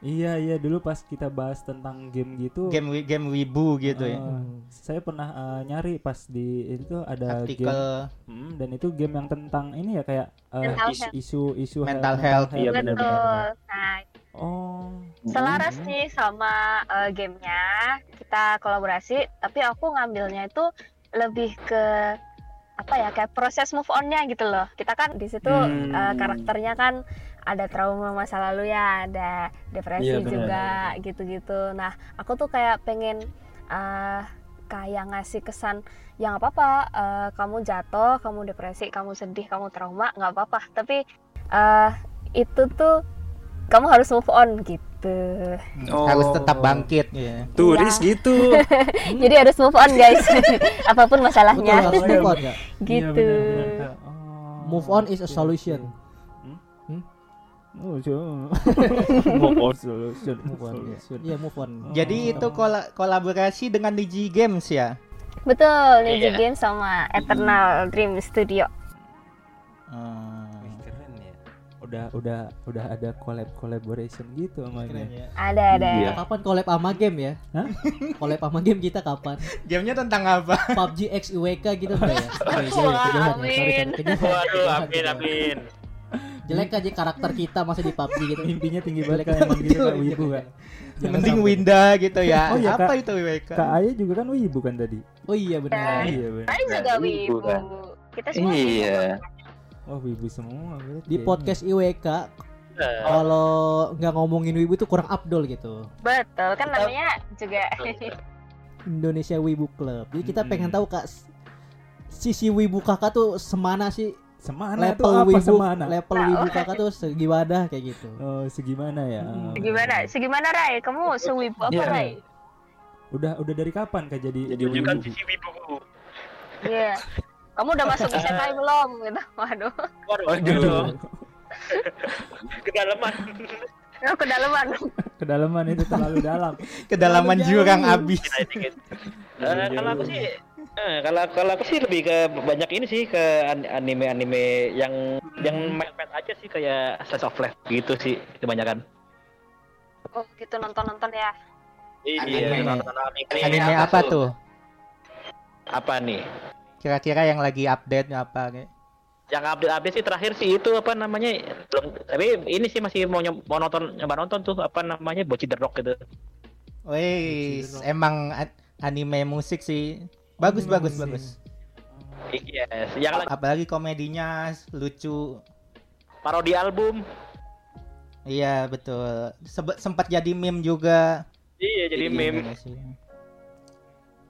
A: Iya iya dulu pas kita bahas tentang game gitu
E: Game wi- game wibu gitu ya.
A: eh, saya pernah eh, nyari pas di itu tuh ada iya,
E: Artikel
A: game Hmm, dan itu game yang tentang ini ya kayak eh,
D: Mental
A: is- isu isu
E: Mental health, iya
A: benar,
D: Betul. Nah,
A: Oh.
D: selaras sih sama eh, gamenya kita kolaborasi tapi aku ngambilnya itu lebih ke apa ya kayak proses move onnya gitu loh kita kan di situ
A: Hmm.
D: eh, karakternya kan ada trauma masa lalu ya ada depresi
A: Iya, benar.
D: juga gitu-gitu nah aku tuh kayak pengen eh, kayak ngasih kesan yang apa apa kamu jatuh kamu depresi kamu sedih kamu trauma nggak apa apa tapi eh, itu tuh kamu harus move on gitu gitu.
E: Harus tetap bangkit.
D: Iya.
H: Turis gitu.
D: Jadi harus move on guys. (laughs) Apapun masalahnya. (laughs)
A: Oh,
B: Betul, harus move on ya.
A: Iya,
D: (laughs) gitu.
A: benar-benar, Kak. Oh,
B: Move on is a solution.
A: Oh, so- (laughs) Move on solution.
B: Move on, ya.
A: solution.
B: Iya, move on.
E: Jadi itu kola- kolaborasi dengan Digi Games ya.
D: Betul, Niji
C: Iya.
D: Game sama Eternal Dream Studio.
E: Hmm.
H: Wih, Keren ya.
A: Udah udah udah ada collab collaboration gitu sama
B: Keren ya.
D: Ada ada.
H: Iya.
B: Kapan collab sama game ya?
A: Hah?
B: collab sama game kita kapan?
E: Gamenya tentang apa?
B: PUBG X UWK gitu enggak
C: (laughs)
B: ya? Sorry, sorry,
D: Wah,
B: kejauhan ya. Sorry,
D: amin.
B: sorry, kejauhan,
C: Waduh,
B: kejauhan,
C: amin,
B: kejauhan.
C: amin.
B: Jelek aja karakter kita masih di PUBG gitu.
A: Mimpinya tinggi banget
B: Jelek
A: kan emang gitu
B: betul,
A: Kak Wibu
B: jelek.
A: Kak.
B: Jangan
E: Mending
B: sampai.
E: Winda gitu ya.
A: Oh iya,
E: apa
A: Kak.
E: itu WWK?
A: Kak Aya juga kan Wibu kan tadi.
B: Oh iya benar.
A: Iya benar.
D: Saya juga
H: Nah, Wibu,
D: Wibu.
H: kan.
D: Kita semua
H: Iya.
A: Oh Wibu semua. berarti
B: Di
A: ya.
B: podcast IWK kalau nggak ngomongin Wibu itu kurang abdol gitu.
D: Betul, kan namanya juga
B: Indonesia Wibu Club. Jadi kita
A: Mm-mm.
B: pengen tahu Kak s- sisi Wibu Kakak tuh semana sih
A: semana itu
B: level
A: apa
B: Wibu
A: semana?
B: level
D: Nah,
B: Wibu Kakak tuh segiwadah kayak gitu.
A: Oh, segimana ya?
B: Hmm.
D: gimana? Segimana Rai? Kamu sewibu apa
A: Iya.
D: Rai?
A: Udah udah dari kapan Kak jadi
H: Jadi
A: Wibu?
C: Tunjukkan
A: (laughs)
C: sisi wibu.
D: Iya. Kamu udah masuk
H: (laughs)
D: isekai belum? Gitu. Waduh.
A: Gitu.
C: Waduh, kedalaman.
D: Lu kedalaman.
A: Kedalaman itu terlalu dalam.
E: Kedalaman
B: Terlalu
E: jurang
B: jauh.
E: abis.
C: Nah, dikit. (laughs) Eh, kalau aku sih eh, kalau kalau aku sih lebih ke banyak ini sih ke an- anime-anime yang yang match-match aja sih kayak slice of life gitu sih kebanyakan.
D: Oh, gitu nonton-nonton ya.
E: Anime.
C: Iya, nonton anime,
E: Anime apa tuh?
C: Apa nih?
E: Kira-kira yang lagi update apa? Kak?
C: Yang update-update sih terakhir sih itu apa namanya? Belum, tapi ini sih masih mau, nyom- mau nonton nyoba nonton tuh apa namanya? Bocil The Rock gitu.
E: Wih, emang a- anime musik sih. Bagus, bagus, bagus.
C: Iya, yang lagi
E: Apalagi komedinya lucu.
C: parodi album.
E: Iya, betul. Sebe- sempat jadi meme juga.
C: Iya, jadi
E: Di
C: meme.
E: Indonesia.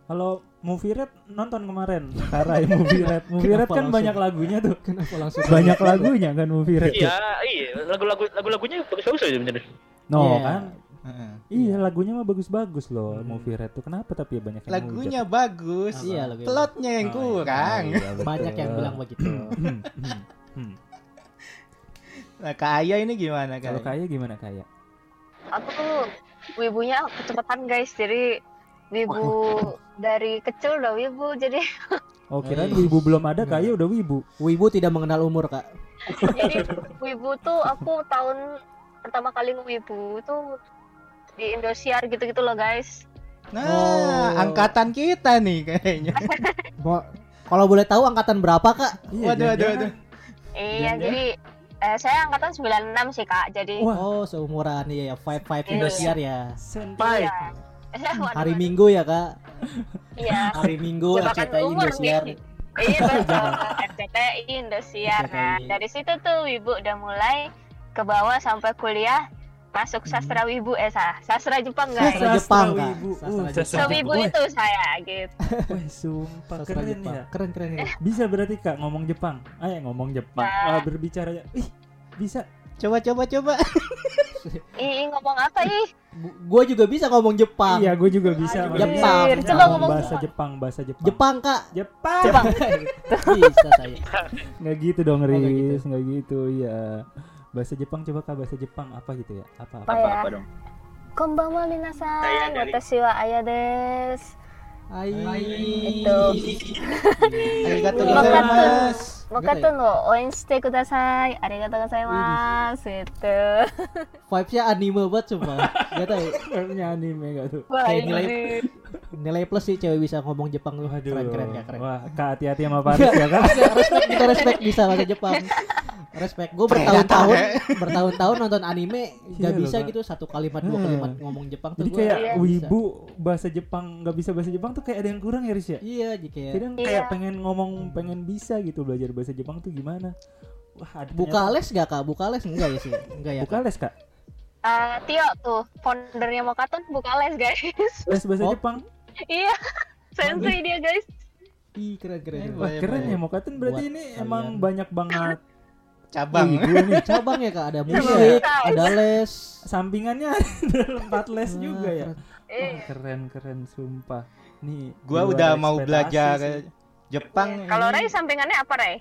A: Kalau Movie Red nonton kemarin. Karai Movie Red. Movie Red
B: Kenapa
A: kan
B: langsung?
A: banyak lagunya tuh.
B: Kenapa langsung
A: Banyak lagunya kan Movie Red.
C: Iya, iya, lagu-lagu lagu-lagunya bagus-bagus aja bener.
A: No
B: Iya.
A: kan?
E: Heeh.
A: Iya, lagunya mah bagus-bagus loh. Movie Red tuh kenapa tapi ya banyak yang
E: Lagunya bagus.
B: Iya, lagunya
E: Plotnya
A: Oh,
E: yang kurang.
B: (laughs)
A: iya,
B: Banyak yang bilang begitu.
A: Hmm,
E: Nah, Kak Aya ini gimana
A: Kalau
E: Kak?
A: kaya gimana kaya?
D: Aku tuh wibunya kecepatan guys. Jadi wibu dari kecil udah wibu. Jadi
A: Oh kirain
B: Wih.
A: wibu belum ada kaya udah wibu.
B: Wibu tidak mengenal umur, Kak.
D: jadi wibu tuh aku tahun pertama kali wibu tuh di Indosiar gitu-gitu loh guys.
E: Nah,
B: Oh.
E: angkatan kita nih kayaknya.
B: Mau- Kalau boleh tahu angkatan berapa, Kak?
E: waduh, waduh, waduh.
A: Dan-
D: Iya, jadi eh, saya angkatan 96 sih Kak. Jadi
A: Wah.
B: Oh, seumuran ya ya, five five
D: Iya.
B: Indosiar ya.
D: iya. Waduh,
B: Hari
D: waduh.
B: Minggu ya, Kak.
D: Iya.
B: Hari Minggu
D: Jebakan
B: RCTI
D: kan umur
B: Indosiar.
D: nih.
B: (laughs)
D: Iya betul. RCTI Indosiar. Nah,
B: RCTI.
D: dari situ tuh Wibu udah mulai ke bawah sampai kuliah masuk
B: Hmm.
D: sastra Wibu eh sa- sastra Jepang guys.
B: Sastra Jepang, Kak.
A: Wibu.
B: Sastra
A: Uh,
B: Jepang.
H: sastra
D: So Wibu
B: Wih,
D: itu saya gitu.
A: Wah, sumpah
B: sastra
A: keren
B: Jepang.
A: ya.
B: Keren keren ya.
A: Bisa berarti Kak ngomong Jepang. Ayo ngomong Jepang. Ah, berbicara ya. Ih, bisa.
E: Coba coba coba.
D: Ih, ih, ngomong apa ih?
B: Gu- Gua juga bisa ngomong Jepang.
A: Iya, gue juga bisa.
D: Aduh,
A: makanya.
B: Ah. Jepang.
D: anjir. Coba
A: Ngomong
D: ngomong
A: bahasa Jepang, bahasa Jepang.
B: Jepang, Kak. (laughs)
A: Jepang.
D: Jepang.
B: bisa saya.
A: Nggak gitu dong,
B: nggak gitu.
A: Riz. Nggak gitu, ya. Bahasa Jepang coba Kak, bahasa Jepang apa gitu ya? Apa? apa?
D: Apa ya?
C: Iya.
H: dong?
D: Konbanwa minasai, watashi wa aya desu.
B: Hai.
D: Itu.
E: Arigatou
D: Terima kasih.
B: ya.
E: gozaimasu.
D: Mokato no oen shite kudasai. Arigatou gozaimasu.
B: (laughs)
D: Gitu.
B: Vibes-nya anime banget coba. Gak tau. ya.
A: Punya anime nggak tuh?
D: Wah,
B: Kayak nilai-
D: ini.
B: Nilai plus sih cewek bisa ngomong Jepang tuh.
A: Waduh.
B: Keren keren ya, keren.
A: Wah, Kak hati-hati sama Paris ya, Kak.
B: Nggak, respect kita respect bisa bahasa Jepang respect gue bertahun-tahun bertahun-tahun nonton anime nggak
A: Iya loh,
B: bisa
A: Kak.
B: gitu satu kalimat dua kalimat ngomong Jepang tuh
A: Jadi
B: gua
A: kayak
B: nggak Iya, bisa.
A: wibu bahasa Jepang nggak bisa bahasa Jepang tuh kayak ada yang kurang ya, Riz ya?
B: iya jadi kayak
A: Kadang
D: Iya.
A: kayak pengen ngomong, pengen bisa gitu belajar bahasa Jepang tuh gimana? Wah, ada
B: buka les gak kak buka les enggak ya sih enggak ya
A: ternyata- buka les, Kak.
D: Eh, Tio tuh foundernya Mokaton buka les guys. (laughs)
A: Les bahasa
B: Oh.
A: Jepang.
D: iya. Sensei dia guys.
B: ih keren keren
E: Eh,
B: keren.
A: Wah,
E: Boleh,
A: keren
E: boleh.
A: ya Mokaten berarti
B: Oh, iya, Buat
A: ini
B: kalian.
A: emang banyak banget
E: cabang.
B: Wih, gua nih cabang ya kak ada musik, ada les.
A: Sampingannya ada empat les
B: Ah,
A: juga ya.
D: Eh.
A: Wah,
G: Iya.
A: keren keren sumpah. Nih,
E: Gua
A: di luar
E: udah mau
A: ekspektasi
E: belajar
A: sih.
E: Jepang.
D: Eh,
G: Kalau
E: ini.
G: Ray sampingannya apa Ray?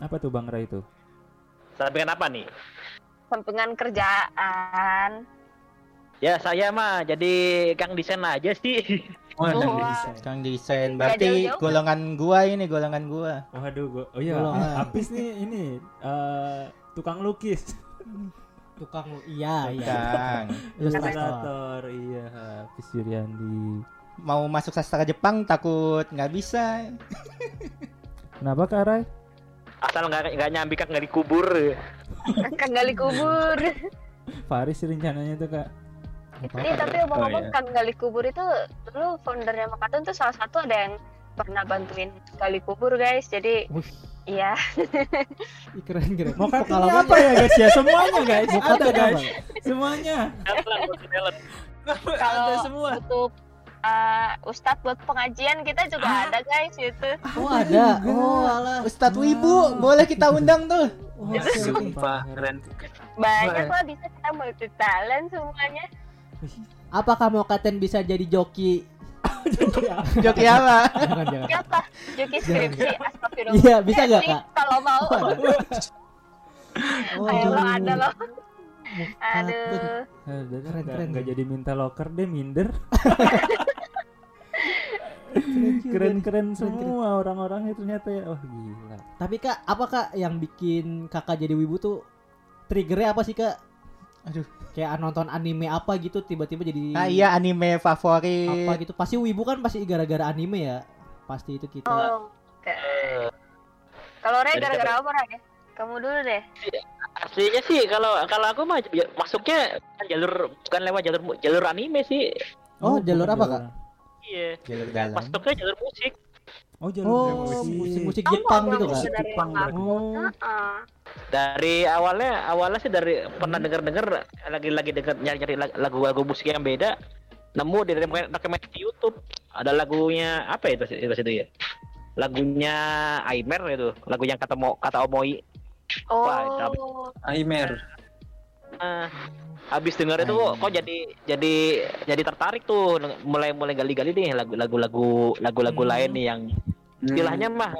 A: Apa tuh Bang Ray itu?
C: Sampingan apa nih?
G: Sampingan
B: (laughs)
G: kerjaan.
C: Ya saya mah jadi kang desain aja sih. (laughs)
G: Waduh.
E: Kang desain
G: Nggak
E: berarti
G: jauh-jauh.
E: golongan gua ini golongan gua.
A: Waduh, gua. Oh iya,
B: Golongan.
A: habis nih ini eh tukang lukis,
B: Tukang lu, iya iya.
E: Kang.
B: Ilustrator.
A: ilustrator, iya, habis Yuriandi.
E: Mau masuk sastra Jepang takut nggak bisa.
A: Kenapa Kak Ray?
C: Asal nggak nggak nyambi kang nggak dikubur.
D: Kan
G: Kang gali kubur.
A: Faris rencananya tuh Kak.
G: Ini tapi
E: Oh,
G: ngomong-ngomong
E: iya.
G: Kang gali kubur itu dulu foundernya Makatun tuh salah satu ada yang pernah bantuin gali kubur guys. Jadi
B: Wih.
G: iya
B: Ih, keren keren.
A: Mau kartunya
B: Pengalaman
A: apa ya guys ya? Semuanya guys, ada
B: kartunya
A: guys.
B: apa ya?
A: Semuanya. ada
G: Kalau-
A: semua.
G: untuk eh, Ustadz buat pengajian kita juga ada guys gitu. itu.
B: Oh ada.
A: juga.
B: Oh alah.
E: Ustadz
B: Wow.
E: Wibu boleh kita undang tuh. (laughs)
B: Oh,
A: Ya,
B: oke, oke.
A: Sumpah, (laughs) keren.
G: Banyak lah bisa kita multi talent semuanya.
B: Apakah mau katen bisa jadi joki? joki apa?
E: Joki apa?
B: Jangan jangan.
G: (laughs) Siapa? Juki skripsi astagfirullah.
B: Iya bisa gak
G: Sih,
B: kak?
G: Kalau mau.
B: Oh, ada. Oh,
G: (laughs) Ayo lo
B: aduh.
G: ada lo.
B: Katun.
G: Aduh.
A: Keren,
B: Eh, keren. Iya,
A: keren. Gak jadi minta loker deh, minder.
B: juga nih.
A: Keren-keren
B: Keren, keren.
A: semua orang-orangnya ternyata ya. Oh gila.
B: Tapi kak, apa kak yang bikin kakak jadi wibu tuh triggernya apa sih kak?
E: Aduh.
B: Kayak nonton anime apa gitu tiba-tiba jadi
E: Nah iya anime
B: apa
E: favorit.
B: gitu. Pasti wibu kan pasti gara-gara anime ya. Pasti itu kita.
G: Oh.
C: Eh,
G: Kalau Ray
C: Jadi
G: gara-gara apa Ray? Kamu dulu deh.
C: Aslinya sih kalau kalau aku mah ya, masuknya bukan jalur bukan lewat jalur mu- jalur anime sih.
B: Oh, jalur apa kak?
C: Iya.
E: Jalur dalam.
C: Masuknya jalur musik.
A: Oh jalur
B: Oh, musik-musik
G: Kamu
B: Jepang
G: apa
B: gitu kak?
G: musik? Jepang
E: Hmm.
A: Oh.
G: Heeh.
C: Dari awalnya awalnya sih dari pernah denger-denger lagi-lagi denger nyari-nyari lag- lagu-lagu musik yang beda nemu di rekom- rekomendasi di YouTube ada lagunya apa itu sih itu ya lagunya Aimer itu lagu yang kata mo, kata Omoi
G: Oh.
C: Wah, itu apa?
H: Aimer.
C: Ah, habis denger itu
E: Aimer.
C: kok jadi jadi jadi tertarik tuh mulai mulai gali-gali nih lagu-lagu-lagu lagu-lagu
B: Hmm.
C: lain nih yang istilahnya mah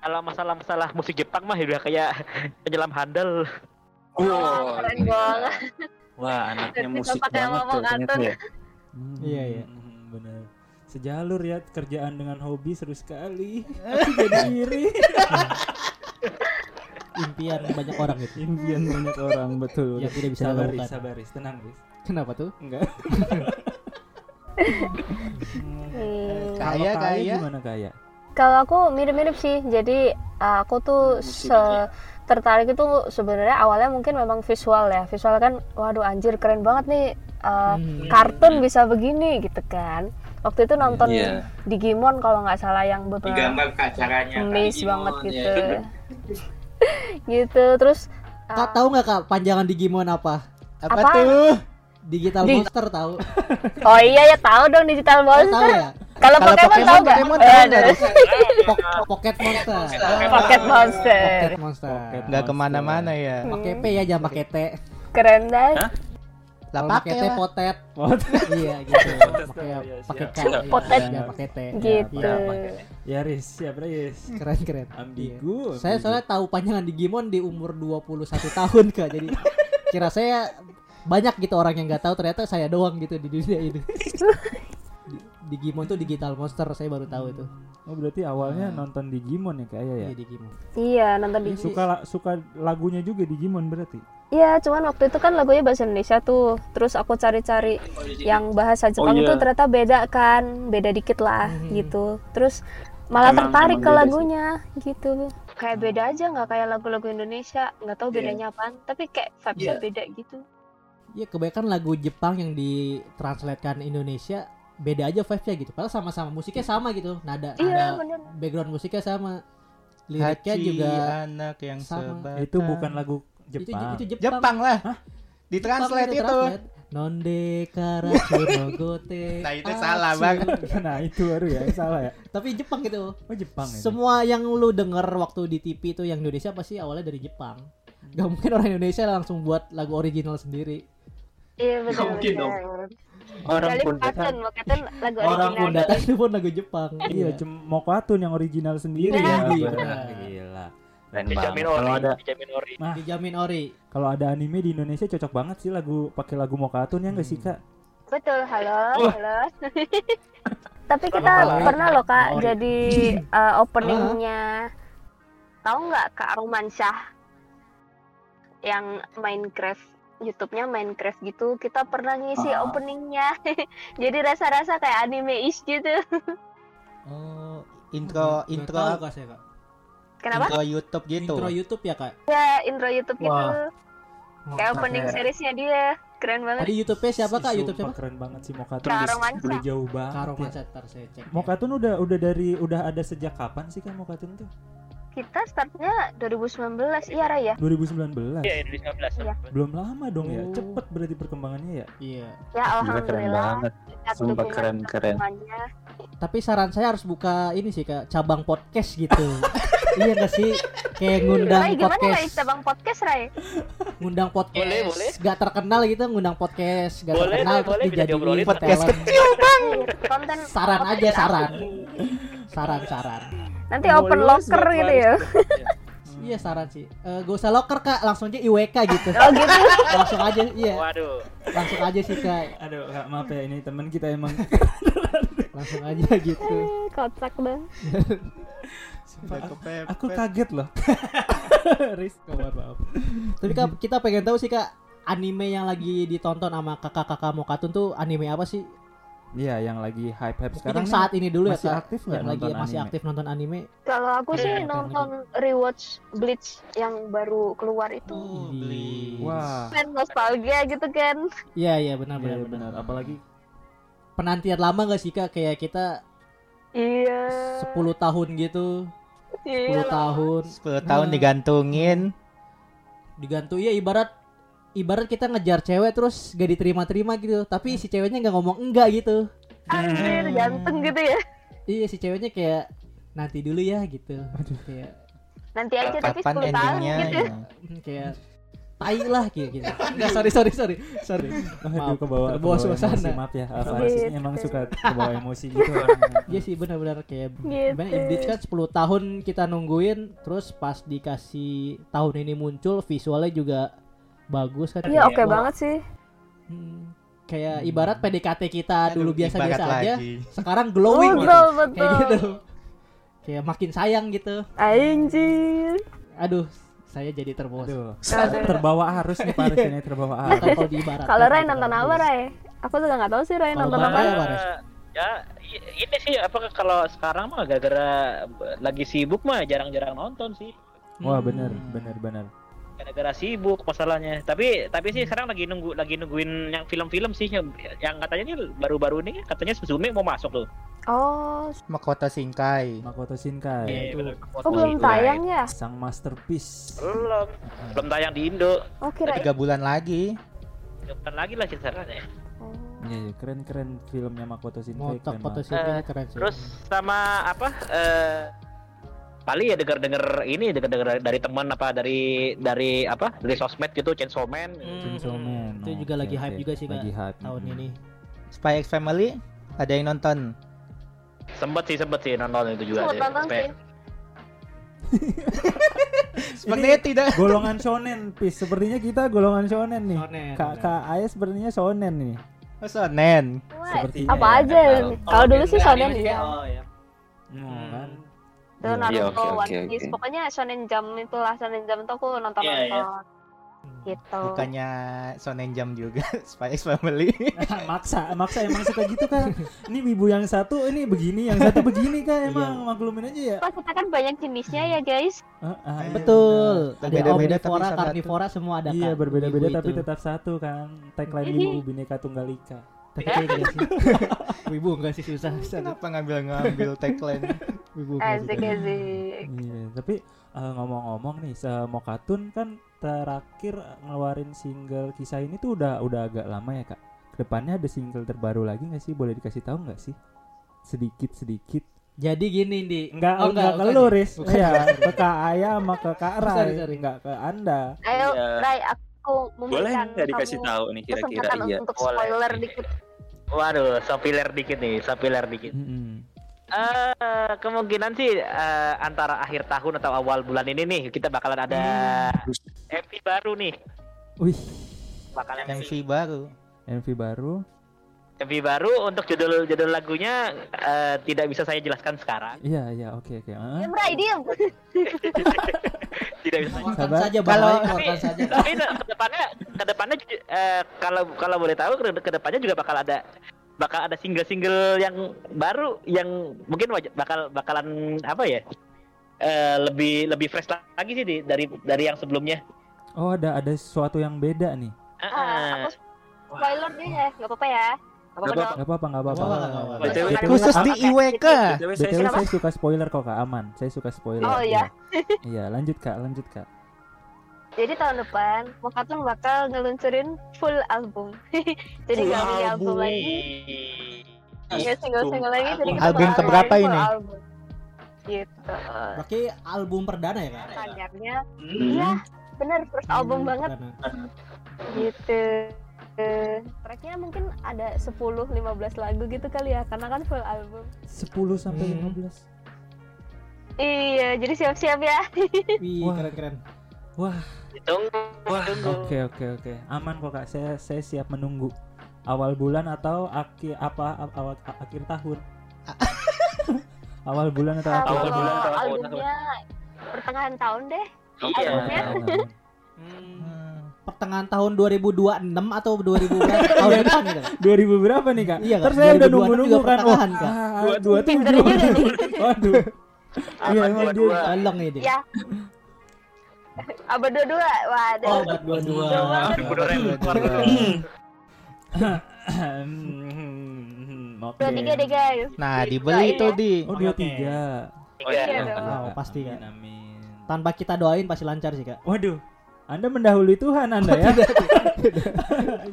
C: kalau masalah-masalah musik Jepang mah udah kayak (laughs) penyelam handal
G: Wah, keren
H: gila.
G: banget.
H: Wah, anaknya
G: Tapi
H: musik
G: tempatnya
H: banget tuh
G: ngomong
H: ternyata
G: atun.
H: ya.
A: Hmm,
B: Iya, iya.
A: Benar. Sejalur ya kerjaan dengan hobi seru sekali. Aku jadi iri.
B: Impian banyak orang gitu.
A: Impian banyak orang betul.
B: Yang tidak bisa
A: sabaris,
B: dilakukan.
A: sabaris, tenang Riz.
B: Kenapa tuh?
A: Enggak.
G: Hmm.
A: Kalau
E: Kaya kaya.
A: gimana kaya?
D: Kalau aku mirip-mirip sih. Jadi uh, aku tuh
H: Musik
D: se- tertarik itu sebenarnya awalnya mungkin memang visual ya. Visual kan waduh anjir keren banget nih uh,
B: Hmm.
D: kartun bisa begini gitu kan. Waktu itu nonton
H: Iya.
D: Digimon kalau nggak salah yang betul
H: kacaranya.
D: amazed banget gitu. gitu. Terus uh,
B: Kak tahu nggak kak panjangan Digimon apa?
E: Apa,
D: Apa?
E: tuh?
B: Digital
D: Di-
B: Monster tahu?
D: oh iya ya tahu dong digital
B: Oh, tahu
D: monster.
B: ya?
D: Kalau
E: Kalau
D: Pokemon,
E: Pokemon,
D: tahu nggak?
E: Pokemon
D: Eh,
E: tahu nggak?
D: aduh,
B: Po- Pocket Monster.
D: Pocket monster.
B: Pocket Monster.
A: Pocket.
E: Nggak kemana-mana ya.
B: Pakai P ya jangan pakai T.
D: Keren kan? deh.
E: Lah
B: Kalau
E: pakai
B: pakai T
E: lah.
D: (laughs)
B: potet.
A: Oh,
B: iya gitu pakai
A: Iya, siap.
B: pakai K
D: Potet.
B: ya, pakai T
D: Gitu.
B: Iya,
A: (laughs) ya Riz, siap Riz.
B: keren keren
A: Ambigu.
B: Iya. saya
A: ambigu.
B: soalnya tahu panjangan Digimon di umur 21 tahun kak jadi kira saya banyak gitu orang yang nggak tahu ternyata saya doang gitu di dunia ini
D: (laughs)
B: Di- Digimon tuh digital monster saya baru tahu itu Ah.
A: Oh berarti awalnya
E: Hmm.
A: nonton Digimon ya kaya ya?
B: Iya, Digimon
D: Iya nonton di
A: Suka la- suka lagunya juga Digimon berarti.
D: Iya, cuman waktu itu kan lagunya bahasa Indonesia tuh. Terus aku cari-cari yang bahasa Jepang
H: iya.
D: tuh ternyata beda kan, beda dikit lah
B: Mhm.
D: gitu. Terus malah
H: Emang-
D: tertarik
H: emang
D: ke
H: beda sih.
D: lagunya gitu.
G: Kayak beda aja nggak kayak lagu-lagu Indonesia. Nggak
H: Iya.
G: tahu bedanya apaan. Tapi kayak vibes-nya beda gitu.
B: Iya kebanyakan lagu Jepang yang ditranslatekan Indonesia beda aja vibe-nya gitu. Padahal sama-sama musiknya sama gitu. Nada, nada,
G: Iya bener.
B: background musiknya sama. Liriknya
E: Hachi
B: juga
E: anak yang
B: sama.
E: sebatang.
A: Itu bukan lagu
B: Iya, itu,
A: Jepang. (laughs)
B: itu Jepang.
E: Jepang lah.
B: Jepang
E: Ditranslate itu.
B: translate. Nonde karasuno gote.
E: (laughs) Nah, itu salah, Bang.
B: atsu.
A: nah itu baru ya yang salah ya
B: Tapi Jepang gitu.
A: oh Jepang ya
B: Semua yang lu denger waktu di TV itu yang Indonesia pasti awalnya dari Jepang. Gak mungkin orang Indonesia langsung buat lagu original sendiri.
G: Iya betul.
H: mungkin
G: betul.
H: dong. Orang
G: Kecuali
H: Pundatan.
G: Mokatun, Mokatun lagu
H: Orang
G: original.
B: Pondatan itu pun lagu Jepang.
A: iya cem- Mokatun yang original sendiri
G: Iya.
A: ya
E: Iya.
A: Gila.
E: Gila. Keren
C: Dijamin
E: banget.
C: ori,
E: Kalau ada
C: dijamin ori.
B: Dijamin ori.
A: kalau ada anime di Indonesia cocok banget sih lagu pakai lagu Mokatun ya nggak sih
B: Hmm.
A: kak
G: Betul, halo, halo. (laughs)
D: Tapi kita
B: Maori.
D: pernah loh kak
B: Maori.
H: (clears throat)
D: jadi uh,
G: eh,
D: openingnya
G: Tahu nggak Kak Roman Syah yang Minecraft? YouTube-nya Minecraft gitu, kita pernah ngisi
H: Ah.
G: openingnya, (laughs) jadi rasa-rasa kayak anime ish gitu.
B: Oh,
E: intro
B: nggak
E: intro
B: tahu, Kak, saya, Kak.
G: Kenapa?
H: Hmm.
E: intro YouTube gitu.
B: Intro YouTube ya, Kak?
G: Ya, intro YouTube gitu,
B: Wah.
D: Ya,
G: kayak opening seriesnya dia, keren banget.
B: Tadi YouTube-nya siapa, Kak?
A: Ih,
B: YouTube
A: sumpah
B: siapa?
A: keren banget sih Mokatun
G: Kak
A: udah,
G: Romansa.
A: udah jauh banget
B: Karo
A: ya.
B: Mansat, ntar saya cek.
A: Mokatun udah udah dari udah ada sejak kapan sih kak Mokatun tuh
G: Kita startnya 2019, iya Raya.
A: 2019
C: Iya, Indonesia 19.
G: Iya.
A: belum lama dong ya
B: Oh.
A: cepet berarti perkembangannya ya
B: Iya.
G: Ya
H: Gila keren
G: alhamdulillah.
H: banget.
G: berkat
H: Sumpah
G: dukungan
H: keren keren.
G: teman-temannya.
B: Tapi saran saya harus buka ini sih Kak, cabang podcast gitu. iya gak sih? Kayak ngundang
G: Ray, gimana Ray?
B: podcast,
G: Cabang podcast Ray?
B: ngundang podcast
C: Boleh, boleh.
B: gak terkenal gitu, ngundang podcast gak
C: Boleh,
B: terkenal
C: boleh,
B: terus
C: boleh, bisa
B: dijadiin
C: diobrolin.
E: Podcast
B: talent.
D: Iya,
E: kecil.
G: Konten
B: Saran aja
D: ya?
B: saran. Saran saran.
D: nanti open locker gitu ya.
B: Iya saran sih. Eh gak usah loker Kak, langsung aja IWK gitu.
D: Oh gitu.
B: langsung aja iya,
C: Waduh.
B: langsung aja sih Kak,
A: aduh kak maaf ya ini teman kita emang
B: langsung aja gitu.
D: Kocak dong.
A: aku kaget (laughs) loh
B: Riz, kabar maaf. Tapi Kak, kita pengen tahu sih Kak, anime yang lagi ditonton sama kakak-kakak Mokatun tuh anime apa sih?
A: iya yang lagi hype hype
B: Mungkin
A: sekarang
B: yang saat ini dulu ya
A: masih
B: Kak.
A: aktif nggak
B: yang lagi
A: nonton
B: masih
A: anime?
B: aktif nonton anime.
G: Kalau aku sih
B: Eh,
A: Keren, keren.
G: nonton rewatch Bleach yang baru keluar itu.
A: wah
G: Fan nostalgia gitu kan.
B: Iya iya benar
A: Iya,
B: benar
A: iya,
B: benar.
A: benar apalagi
B: Penantian lama gak sih Kak kayak kita
G: Iya.
B: 10 tahun gitu, 10
G: Iya.
B: tahun
E: 10 tahun digantungin.
B: digantung ya ibarat ibarat kita ngejar cewek terus gak diterima-terima gitu, tapi si ceweknya nggak ngomong enggak gitu.
G: Anjir, ganteng gitu ya.
B: Iya si ceweknya kayak nanti dulu ya gitu. Kayak
G: Nanti aja tapi
E: Kapan
G: 10 tahun
E: endingnya?
G: gitu.
E: Ya.
B: Hmm, kayak tai lah kayak
A: (laughs)
B: gitu. Enggak, sorry sorry sorry. Sorry.
A: aduh
B: Maaf,
A: kebawa
B: terbawa
A: kebawa
B: suasana.
A: emosi maaf ya ah, Faris ini
D: Gitu.
A: emang suka kebawa emosi gitu orangnya.
B: Iya sih benar-benar kayak
D: Gitu.
B: Gimana, In Bleach kan 10 tahun kita nungguin terus pas dikasih tahun ini muncul visualnya juga bagus kan.
D: Iya
B: Kayak,
D: oke
B: wah,
D: banget sih.
B: hmm, kayak ibarat PDKT kita dulu
E: Aduh,
B: biasa-biasa
E: ibarat
B: aja
E: lagi.
B: sekarang
D: Oh,
B: glowing gitu.
D: betul
B: Kayak gitu.
D: betul.
B: Kayak makin sayang gitu.
D: Anjir.
B: Aduh, saya jadi
A: aduh
B: terbosan.
D: Aduh.
A: terbawa arus nih Faris ini terbawa arus
B: Atau kalau diibaratkan
D: Kalau Ray
B: gitu,
D: nonton
B: bagus.
D: apa Ray? Aku juga nggak tahu sih Ray
B: Kalau
D: nonton
B: Ray-
D: apa.
B: Kenapa, Baris?
C: Eh, ya i- ini sih apa kalau sekarang mah gara-gara eh, lagi sibuk mah jarang-jarang nonton sih.
A: wah
B: Hmm.
A: bener bener bener
C: Gara-gara sibuk masalahnya. Tapi tapi sih sekarang lagi nunggu lagi nungguin yang film-film sih yang, yang katanya nih baru-baru ini katanya Suzume mau masuk loh.
D: Oh,
E: Makoto Shinkai.
A: Makoto Shinkai
C: Iya, bener.
G: Oh,
D: kok
C: Itu.
D: belum tayang ya?
A: sang masterpiece
C: Belum. Belum tayang di Indo.
D: Oh kira.
E: Tiga bulan lagi.
C: Depan lagi lah ceritanya.
A: Iya, iya, keren-keren filmnya Makoto Shinkai. keren
B: Motok foto
A: banget.
B: sih
C: Eh,
B: keren sih.
C: Terus sama apa? eh paling ya denger-denger ini denger-denger dari teman apa dari dari apa? Dari sosmed gitu Chainsaw Man.
A: Chainsaw Man.
B: Hmm, Itu juga lagi hype juga sih, Kak.
A: Lagi hype.
B: tahun
A: mm.
B: ini.
E: Spy X Family ada yang nonton.
C: Sempet sih sempet sih nonton itu juga
G: Sempet
C: sih.
G: nonton
C: Sampai-
G: sih.
B: (laughs)
E: Sepertinya tidak.
A: Golongan shonen, Pis. Sepertinya kita golongan shonen nih.
B: Shonen,
A: Kak
B: bener.
A: Kak Aya sepertinya shonen nih.
E: Oh, Sonen.
G: Wah,
A: Sepertinya.
D: Apa
A: ya.
D: aja? Kalau dulu sih shonen ya.
B: Oh ya.
A: Hmm, kan.
G: Tuh
H: Iya, oke,
G: Naruto,
H: oke,
G: One Piece.
H: oke.
G: Pokoknya Shonen Jump itulah Shonen Jump tuh aku nonton-nonton.
C: Iya, iya.
G: Gitu.
E: Bukannya Sonen Jam juga (laughs) Spy X Family.
A: (laughs) maksa, maksa emang suka gitu kan. Ini wibu yang satu, ini begini, yang satu begini kan emang maklumin aja ya.
G: Wah, kita kan banyak jenisnya ya guys.
A: Ah, ah,
B: Betul. Ada
E: Berbeda-beda tapi
B: omnivora,
E: sama
B: karnivora semua ada.
A: Iya
B: Kak,
A: berbeda-beda
B: wibu
A: tapi
B: itu.
A: tetap satu kan. Tagline wibu bineka tunggal ika.
B: Tapi kayak gini sih. Wibu enggak sih susah. susah.
E: Kenapa ngambil-ngambil tagline?
B: Wibu enggak sih.
G: Asik asik.
A: Iya, tapi Eh, ngomong-ngong nih, se- Mokatun kan terakhir ngeluarin single kisah ini tuh udah udah agak lama ya kak. Kedepannya ada single terbaru lagi nggak sih? Boleh dikasih tahu nggak sih? Sedikit sedikit.
B: Jadi gini di
A: Enggak,
B: Oh,
A: enggak,
B: enggak,
A: ke
B: bukan
A: lu
B: ya?
A: Riz.
B: Bukan.
A: Iya, ke Kak Aya sama ke Kak Rai.
B: Sorry, sorry.
A: Enggak ke Anda.
G: Ayo,
H: Iya.
G: Rai, aku
H: Boleh
G: memberikan
H: nggak dikasih
G: kan kamu
H: tahu nih kira-kira
G: kesempatan
H: iya.
G: untuk
C: Boleh.
G: spoiler dikit.
C: Waduh, sopiler dikit nih, sopiler dikit.
A: Mm-mm.
C: Eh, kemungkinan sih eh, antara akhir tahun atau awal bulan ini nih kita bakalan ada MV baru nih.
A: Wih,
C: Bakalan
E: MV baru.
A: MV baru.
C: MV baru untuk judul judul lagunya eh, tidak bisa saya jelaskan sekarang.
A: Iya, iya, oke, oke. Heeh.
G: Diam, Rai, diam.
C: Tidak bisa.
B: Keluarkan
A: Sabar.
B: saja
E: Kalau-
B: kalau keluarkan saja.
C: Tapi ke- kedepannya kedepannya ju- eh, kalau kalau boleh tahu ke- kedepannya juga bakal ada bakal ada single-single yang baru yang mungkin waj- bakal bakalan apa ya? eh, lebih lebih fresh lagi sih di- dari dari yang sebelumnya.
A: Oh, ada ada sesuatu yang beda nih.
G: Ah,
C: Ah,
G: aku spoiler deh ya, nggak apa-apa ya. Nggak apa-apa dong.
A: Gak apa-apa,
H: Nggak
A: gak apa-apa.
B: Nggak apa-apa, nggak apa-apa.
A: BTW,
G: Silakan.
E: Khusus
A: ah,
E: di IWK.
H: Tapi saya
A: BTW saya suka spoiler kok Kak, aman. Saya suka spoiler.
G: Oh, iya.
A: Iya, lanjut Kak, lanjut Kak.
G: Jadi tahun depan, Mokatun bakal ngeluncurin full album. (laughs) jadi
C: full
G: nggak mini album lagi, nggak Iya, single-single lagi. Jadi kita
E: Album
G: bakal
E: keberapa
G: ngeluarin
E: ini?
G: full album. Gitu.
B: Berarti album perdana ya kan?
G: Standarnya, iya, bener first album banget
B: Perdana.
G: gitu. Eh, Tracknya mungkin ada 10-15 lagu gitu kali ya, karena kan full album.
A: 10 sampai
B: Hmm.
A: 15.
G: Iya, jadi siap-siap ya.
B: Wih,
A: Wah.
B: keren-keren.
C: Tunggu, tunggu.
A: Oke, oke, oke. Aman kok Kak. Saya saya siap menunggu. Awal bulan atau akhir apa a- awal a- akhir
G: (laughs)
A: tahun? awal bulan atau akhir
G: Kalau
C: Awal bulan atau awal
G: albumnya pertengahan tahun deh.
C: Iya.
G: Albumnya
A: tahun?
B: Pertengahan tahun 2026 atau 2000 tahun depan gitu.
A: 2000 berapa nih Kak?
B: Iya, Kak.
A: Terus saya udah
B: 2026
A: nunggu-nunggu
B: juga
A: kan. Wah,
B: pertengahan, Kak.
A: ah, 27.
G: Pinter juga nih.
A: Waduh. Iya,
C: Aman,
A: emang
C: dua-
A: dia-
C: dua.
B: Tolong ini.
G: Ya. Abad dua-dua,
B: Oh,
G: waduh.
B: buat dua-dua.
A: Oke.
G: Dua tiga deh guys.
E: Nah, dibeli itu di.
A: Oh,
B: Oke,
A: 23.
B: oke.
C: Tiga.
G: Iya
A: Oke,
G: dong.
A: Kak.
B: Oh, pasti, Kak.
A: Amin, amin.
B: Tanpa kita doain pasti lancar sih, Kak.
A: Waduh, Anda mendahului Tuhan Anda ya.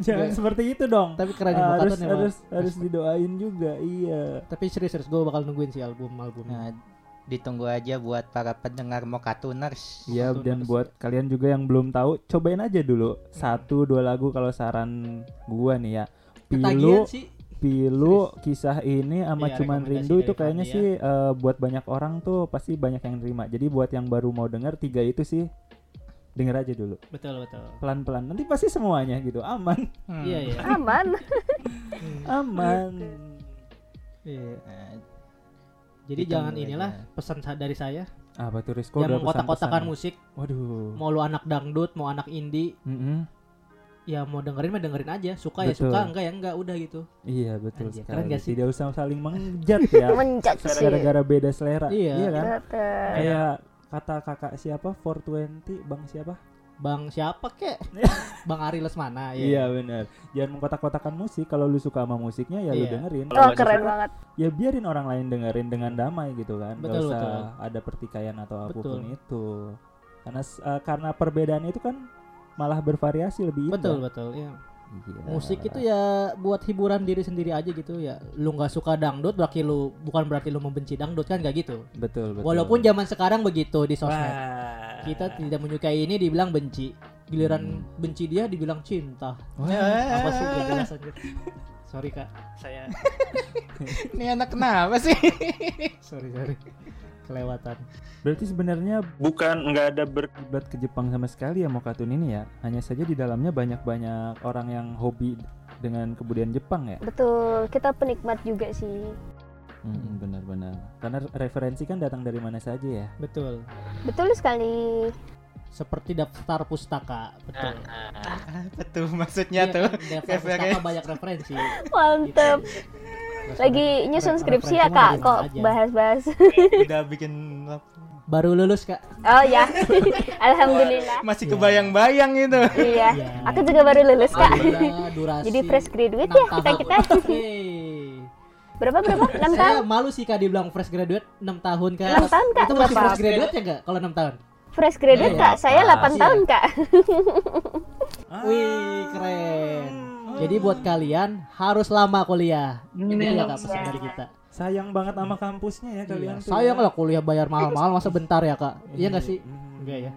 A: Jangan
B: Iya.
A: seperti itu dong.
B: Tapi keren nih
A: harus
B: Mokatun emang.
A: harus harus didoain juga. Iya.
B: Tapi serius-serius gue bakal nungguin sih album-albumnya.
E: Nah, ditunggu aja buat para pendengar Mokatuners.
A: Ya
B: Betul,
A: dan
B: betul.
A: buat kalian juga yang belum tahu, cobain aja dulu satu dua lagu kalau saran gua nih ya.
B: Ketagihan
A: Pilu,
B: sih.
A: pilu kisah ini sama
B: Iya,
A: cuman
B: rekomendasi
A: rindu itu
B: dari
A: kayaknya
B: kami ya.
A: sih eh, buat banyak orang tuh pasti banyak yang terima. Jadi buat yang baru mau denger tiga itu sih denger aja dulu
B: Betul, betul.
A: pelan-pelan nanti pasti semuanya gitu aman
E: Hmm.
B: Iya, iya. Hmm.
D: Aman.
A: aman
B: Iya.
E: Nah,
B: Jadi
E: Ditunggu
B: jangan
E: aja.
B: inilah pesan sa- dari saya
A: apa tuh Rizko
B: yang
A: udah
B: mengkotak-kotakan
A: pesan-pesan?
B: musik,
A: waduh
B: mau lu anak dangdut, mau anak indie,
A: Mm-mm.
B: ya mau dengerin mah dengerin aja, suka ya
A: Betul.
B: suka, enggak ya enggak, udah gitu.
A: iya betul
B: Anjir, keren
A: sekali
B: gak sih?
A: tidak usah saling menjat
B: (laughs)
A: ya
D: Menjat sih.
A: gara-gara beda selera
B: Iya.
A: kan
D: Betul.
A: kayak kata kakak siapa 420 bang siapa
B: Bang siapa kek? Bang Ari Lesmana
A: iya
B: ya.
A: benar jangan mengkotak-kotakan musik kalau lu suka sama musiknya ya lu
B: Iya.
A: dengerin
G: Oh,
D: Wah, keren banget.
A: ya biarin orang lain dengerin dengan damai gitu kan Gak
B: Betul,
A: usah
B: betul.
A: ada pertikaian atau
B: Betul.
A: apapun itu karena s- eh, karena perbedaan itu kan malah bervariasi lebih indah.
B: Betul betul ya.
A: Iya.
B: Musik itu ya buat hiburan diri sendiri aja gitu ya. Lu nggak suka dangdut berarti lu bukan berarti lu membenci dangdut kan gak gitu.
A: betul betul
B: Walaupun zaman sekarang begitu di sosmed.
A: Wah.
B: Kita tidak menyukai ini dibilang benci.
A: Hmm.
B: Giliran benci dia dibilang cinta.
E: Eh,
B: Apa sih gak jelas aja. Sorry Kak, saya
E: Ini anak kenapa sih?
B: sorry sorry. Kelewatan.
A: Berarti sebenarnya
H: Bukan nggak ada ber
A: buat ke Jepang sama sekali ya Mokatun ini ya. Hanya saja di dalamnya banyak-banyak orang yang hobi dengan kebudayaan Jepang ya.
D: Betul. Kita penikmat juga sih.
B: Hmm,
A: Mm, benar-benar. Karena referensi kan datang dari mana saja ya.
B: Betul.
D: Betul sekali.
B: Seperti daftar pustaka, betul.
E: (laughs) Apa tuh maksudnya
B: Iya,
E: tuh?
B: Daftar pustaka
E: Referensi.
B: banyak referensi. Iya.
D: Mantep.
B: Terus
D: Lagi
B: ada
D: nyusun
B: referensi
D: skripsi ya
B: mah
D: kak,
B: dari
D: kok
B: mana aja.
D: bahas-bahas. (laughs)
E: Udah bikin lap-
B: Baru lulus kak.
D: Oh ya, (laughs) alhamdulillah.
E: masih kebayang-bayang itu.
D: Iya,
B: Iya.
D: aku juga baru lulus kak.
B: Alhamdulillah, durasi.
D: Jadi fresh graduate
B: enam
D: ya kita kita.
B: tahun.
D: Berapa berapa? (laughs) Enam
B: Hey.
D: tahun?
B: Saya malu sih kak dibilang fresh graduate 6 tahun kak.
D: Enam tahun, Kak,
B: Itu masih
D: berapa?
B: fresh graduate ya kak? Kalau 6 tahun?
D: fresh graduate
B: Eh,
D: kak, saya
E: apa
D: 8
B: sih?
D: tahun kak.
B: Ah. Wih, keren. Jadi buat kalian harus lama kuliah. Ini ya kak pesan dari kita.
A: Sayang banget sama kampusnya ya
B: Iya,
A: kalian tuh.
B: sayang
A: ya.
B: kalau kuliah bayar mahal-mahal masa bentar ya kak. Iya nggak sih?
A: Hmm.
B: Enggak ya?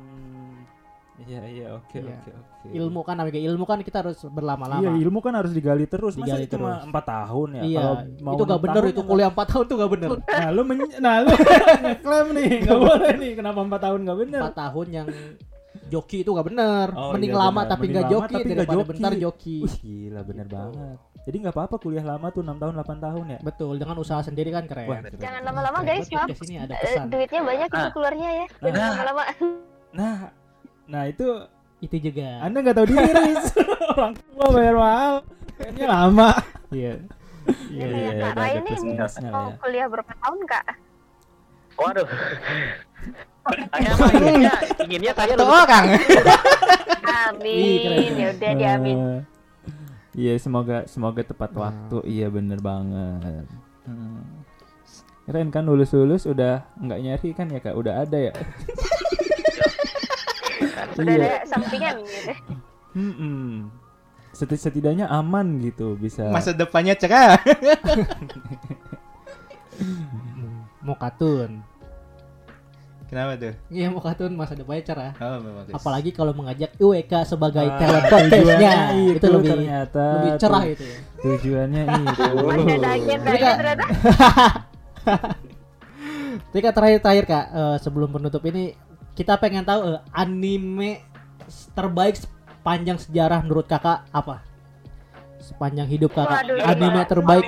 A: Iya iya oke
B: Iya.
A: oke oke.
B: Ilmu kan namanya ilmu kan kita harus
A: Iya
B: berlama-lama.
A: ilmu kan harus digali terus. Masa
B: Digali
A: cuma
B: terus.
A: empat tahun ya?
B: Iya,
A: Kalau mau
B: itu gak
A: enam
B: bener
A: tahun
B: itu
A: ya
B: kuliah 4 tahun tuh gak bener
A: nggak- Nah lu men, nah
B: (laughs)
A: lu ngeklaim nih, nggak boleh nih. Kenapa empat tahun nggak bener?
B: 4 tahun yang joki itu gak bener
A: Oh,
B: Mending
A: iya
B: lama
A: bener.
B: tapi
A: Mending
B: gak
A: lama
B: joki
A: tapi nggak
B: daripada
A: joki.
B: bentar joki
A: Wih gitu. gila bener banget. Jadi nggak apa-apa kuliah lama tuh 6 tahun 8 tahun ya.
B: Betul, dengan usaha sendiri kan keren
A: Wah,
B: Keren.
G: Jangan lama-lama guys,
B: Podcast
G: maaf.
B: ini ada
G: Eh,
B: pesan
G: duitnya banyak itu
H: Ah.
G: keluarnya ya. Jangan
H: Ah.
G: lama-lama.
A: Nah, nah itu
B: Itu juga
A: Anda nggak tahu diri, (laughs) Riz. Orang tua bayar mahal. Kayaknya lama. Iya. Iya,
G: Iya,
A: iya,
G: Kak
A: ada- ada
G: Rai
A: plus
G: nih.
A: minusnya lah
G: Mau
A: ya.
G: kuliah berapa tahun kak?
B: (laughs)
C: Waduh. Saya mah inginnya, inginnya saya
E: Satu
C: lebih
E: orang.
G: Amin.
B: keren.
G: Ya udah diamin.
A: Eh, Iya, semoga semoga tepat
B: Nah.
A: waktu. Iya, bener banget. Hmm. Keren kan lulus-lulus udah nggak nyari kan ya kak udah ada ya.
G: Udah
A: iya.
G: ada sampingan gitu.
A: Hmm. Seti- Setidaknya aman gitu bisa.
E: (laughs) Masa depannya cerah. (laughs)
B: Mau katun
E: Kenapa tuh?
B: Iya mau katun masa depannya cerah
E: Oh, memang bagus.
B: Apalagi kalau mengajak UWK sebagai
A: Ah,
B: talent podcastnya
A: tujuannya
B: Itu,
A: itu
B: lebih
A: ternyata
B: lebih cerah
A: tuh.
B: itu ya
A: Tujuannya itu.
G: Mas ada agenda
B: Jadi,
G: ya
B: Kak,
G: ternyata.
B: Tapi kak terakhir-terakhir kak eh, sebelum penutup ini kita pengen tahu eh, anime s- terbaik sepanjang sejarah menurut kakak apa? Sepanjang hidup kakak
G: Waduh,
B: anime
G: Kak.
B: terbaik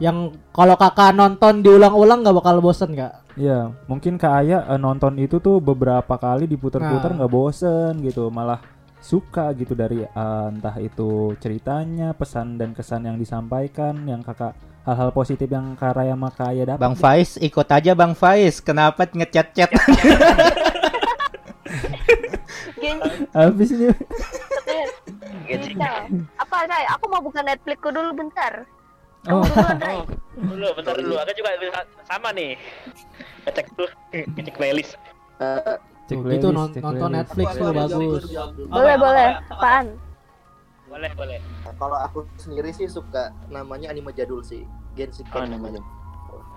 B: yang kalau kakak nonton diulang-ulang nggak bakal bosen kak?
A: Ya, mungkin Kak Aya eh, nonton itu tuh beberapa kali diputer-puter
B: Nah.
A: nggak bosen gitu, malah suka gitu dari eh, entah itu ceritanya, pesan dan kesan yang disampaikan, yang kakak hal-hal positif yang Kak Raya sama Kak Aya dapat.
E: Bang Faiz ikut aja Bang Faiz. Kenapa ngecat-cat?
G: Gini,
A: Habis ini
G: Bisa. Apa Rai? Aku mau buka Netflixku dulu bentar.
A: Oh.
G: Kamu duluan Rai.
C: dulu, bentar dulu. Aku juga sama nih. Ngecek dulu, ngecek playlist.
A: (laughs) Cek
B: Tuh,
A: playlist,
B: itu non-
A: cek
B: nonton
A: playlist.
B: Netflix tuh bagus.
D: boleh boleh, apaan?
C: Boleh, boleh.
I: Nah, kalau aku sendiri sih suka namanya anime jadul sih Gensiken
H: Oh,
I: namanya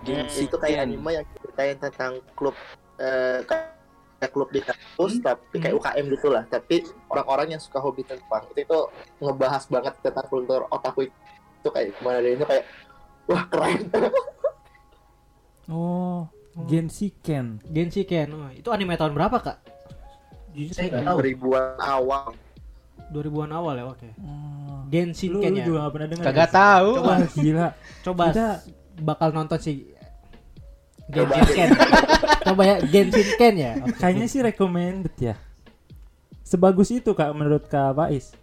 H: Gensiken.
I: itu kayak anime yang ceritain tentang klub eh, kayak klub di kampus tapi kayak UKM gitu lah tapi orang-orang yang suka hobi tentang itu itu ngebahas banget tentang kultur otaku itu kayak gimana dan itu kayak wah keren
A: Oh, Gensiken.
B: Genshiken oh, itu anime tahun berapa kak? Jujur saya nggak tahu.
I: (laughs) ribuan awal
B: 2000-an awal ya oke.
A: Oh. Lu,
B: Genshiken
A: lu
B: ya.
A: juga nggak pernah dengar.
E: (laughs) Kagak
A: ya?
E: tahu.
A: Wah, (laughs) gila.
B: Coba
A: Kita-
B: s- bakal nonton si
I: Coba.
B: Genshiken. Coba ya Genshiken ya. Oke.
A: Kayaknya sih recommended ya. Sebagus itu Kak menurut Kak Faiz.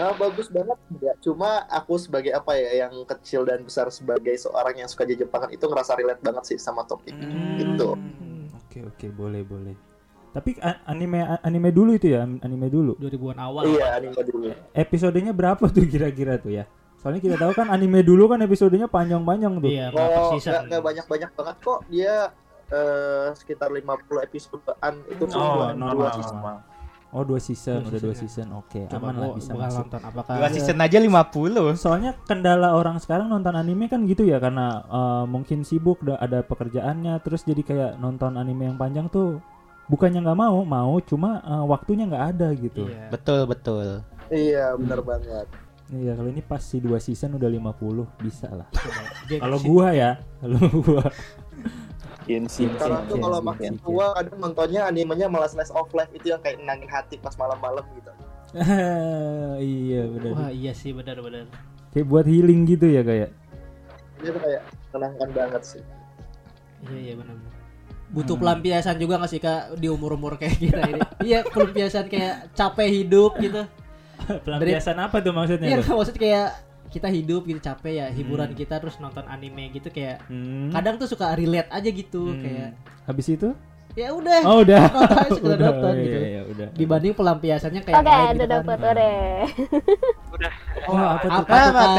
I: Ah, bagus banget ya. cuma aku sebagai apa ya yang kecil dan besar sebagai seorang yang suka Jepangan itu ngerasa relate banget sih sama topik gitu
A: Hmm, Oke oke boleh boleh. Tapi a- anime a- anime dulu itu ya anime dulu.
B: 2000-an awal.
I: iya anime dulu
A: Episodenya berapa tuh kira-kira tuh ya? Soalnya kita tahu kan anime dulu kan episodenya panjang-panjang tuh.
B: Iya, berapa
I: Oh,
B: season?
I: nggak nggak banyak-banyak banget kok dia eh, sekitar 50 episodean itu cuma
A: Oh,
I: dua-
A: normal.
I: dua season.
A: Oh dua season,
B: Dua
A: udah dua
B: season
A: season.
B: ya.
A: Oke,
B: Coba
A: aman lah
B: gua
A: bisa
B: bakal
A: masuk.
B: nonton apakah
E: Dua season aja 50.
A: Soalnya kendala orang sekarang nonton anime kan gitu ya karena eh, mungkin sibuk da- ada pekerjaannya terus jadi kayak nonton anime yang panjang tuh bukannya nggak mau mau cuma eh, waktunya nggak ada gitu.
B: Iya.
E: Betul, betul.
I: Iya, benar
A: Hmm.
I: banget.
A: Iya kalau ini pas si dua season udah 50 bisa lah.
B: Coba. Gen-
A: Kalau gua ya, kalau (laughs) gua
H: Gensiken.
I: Karena tuh
A: Iya,
I: kalau
A: iya,
I: makin
A: iya.
I: tua kadang nontonnya animenya malah slice of life itu yang kayak nangin hati pas malam-malam gitu.
A: (laughs) iya benar.
B: Wah, iya sih benar-benar.
A: Kayak buat healing gitu ya kayak.
I: Dia tuh kayak menenangkan banget sih.
B: Iya, iya benar. Hmm. Butuh pelampiasan juga nggak sih Kak di umur-umur kayak kita ini? iya, pelampiasan kayak capek hidup gitu.
A: Pelampiasan apa tuh maksudnya?
B: Iya,
A: tuh?
B: maksud kayak kita hidup gitu capek ya, hiburan kita terus nonton anime gitu kayak
A: Hmm.
B: kadang tuh suka relate aja gitu
A: Hmm.
B: kayak
A: Habis itu?
B: ya udah
A: Oh udah.
B: (laughs) Nonton aja sekedar
A: Udah,
B: nonton
A: iya,
B: gitu.
A: iya, udah.
B: dibanding pelampiasannya kayak yang
D: Oke,
B: lain
D: udah
B: gitu kan.
D: dapet udah.
A: Oh, apa tuh?
B: Apa
E: Apa
B: tuh?
E: tuh?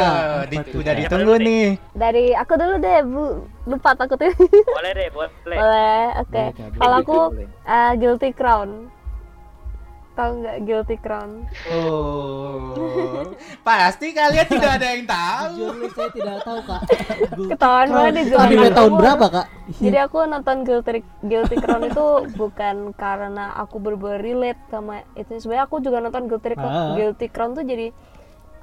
E: Di-
A: Apa tuh?
E: udah ditunggu nih.
D: Dari aku dulu deh, Bu. Lupa takut ini.
C: Boleh deh, boleh.
D: Boleh, oke.
A: Boleh, Kak,
D: Kalau aku eh, Guilty Crown. Tahu nggak Guilty Crown?
E: Oh. (laughs) Pasti kalian tidak ada yang tahu.
B: Jujur saya tidak tahu kak. Gua-
D: Ketahuan banget di
B: Itu
D: zaman
B: anime
D: aku.
B: Nah, tahun berapa kak?
D: Jadi aku nonton Guilty, Guilty Crown itu bukan karena aku berber relate sama itu. Sebenarnya aku juga nonton Guilty Crown,
B: Ah.
D: Guilty Crown tuh jadi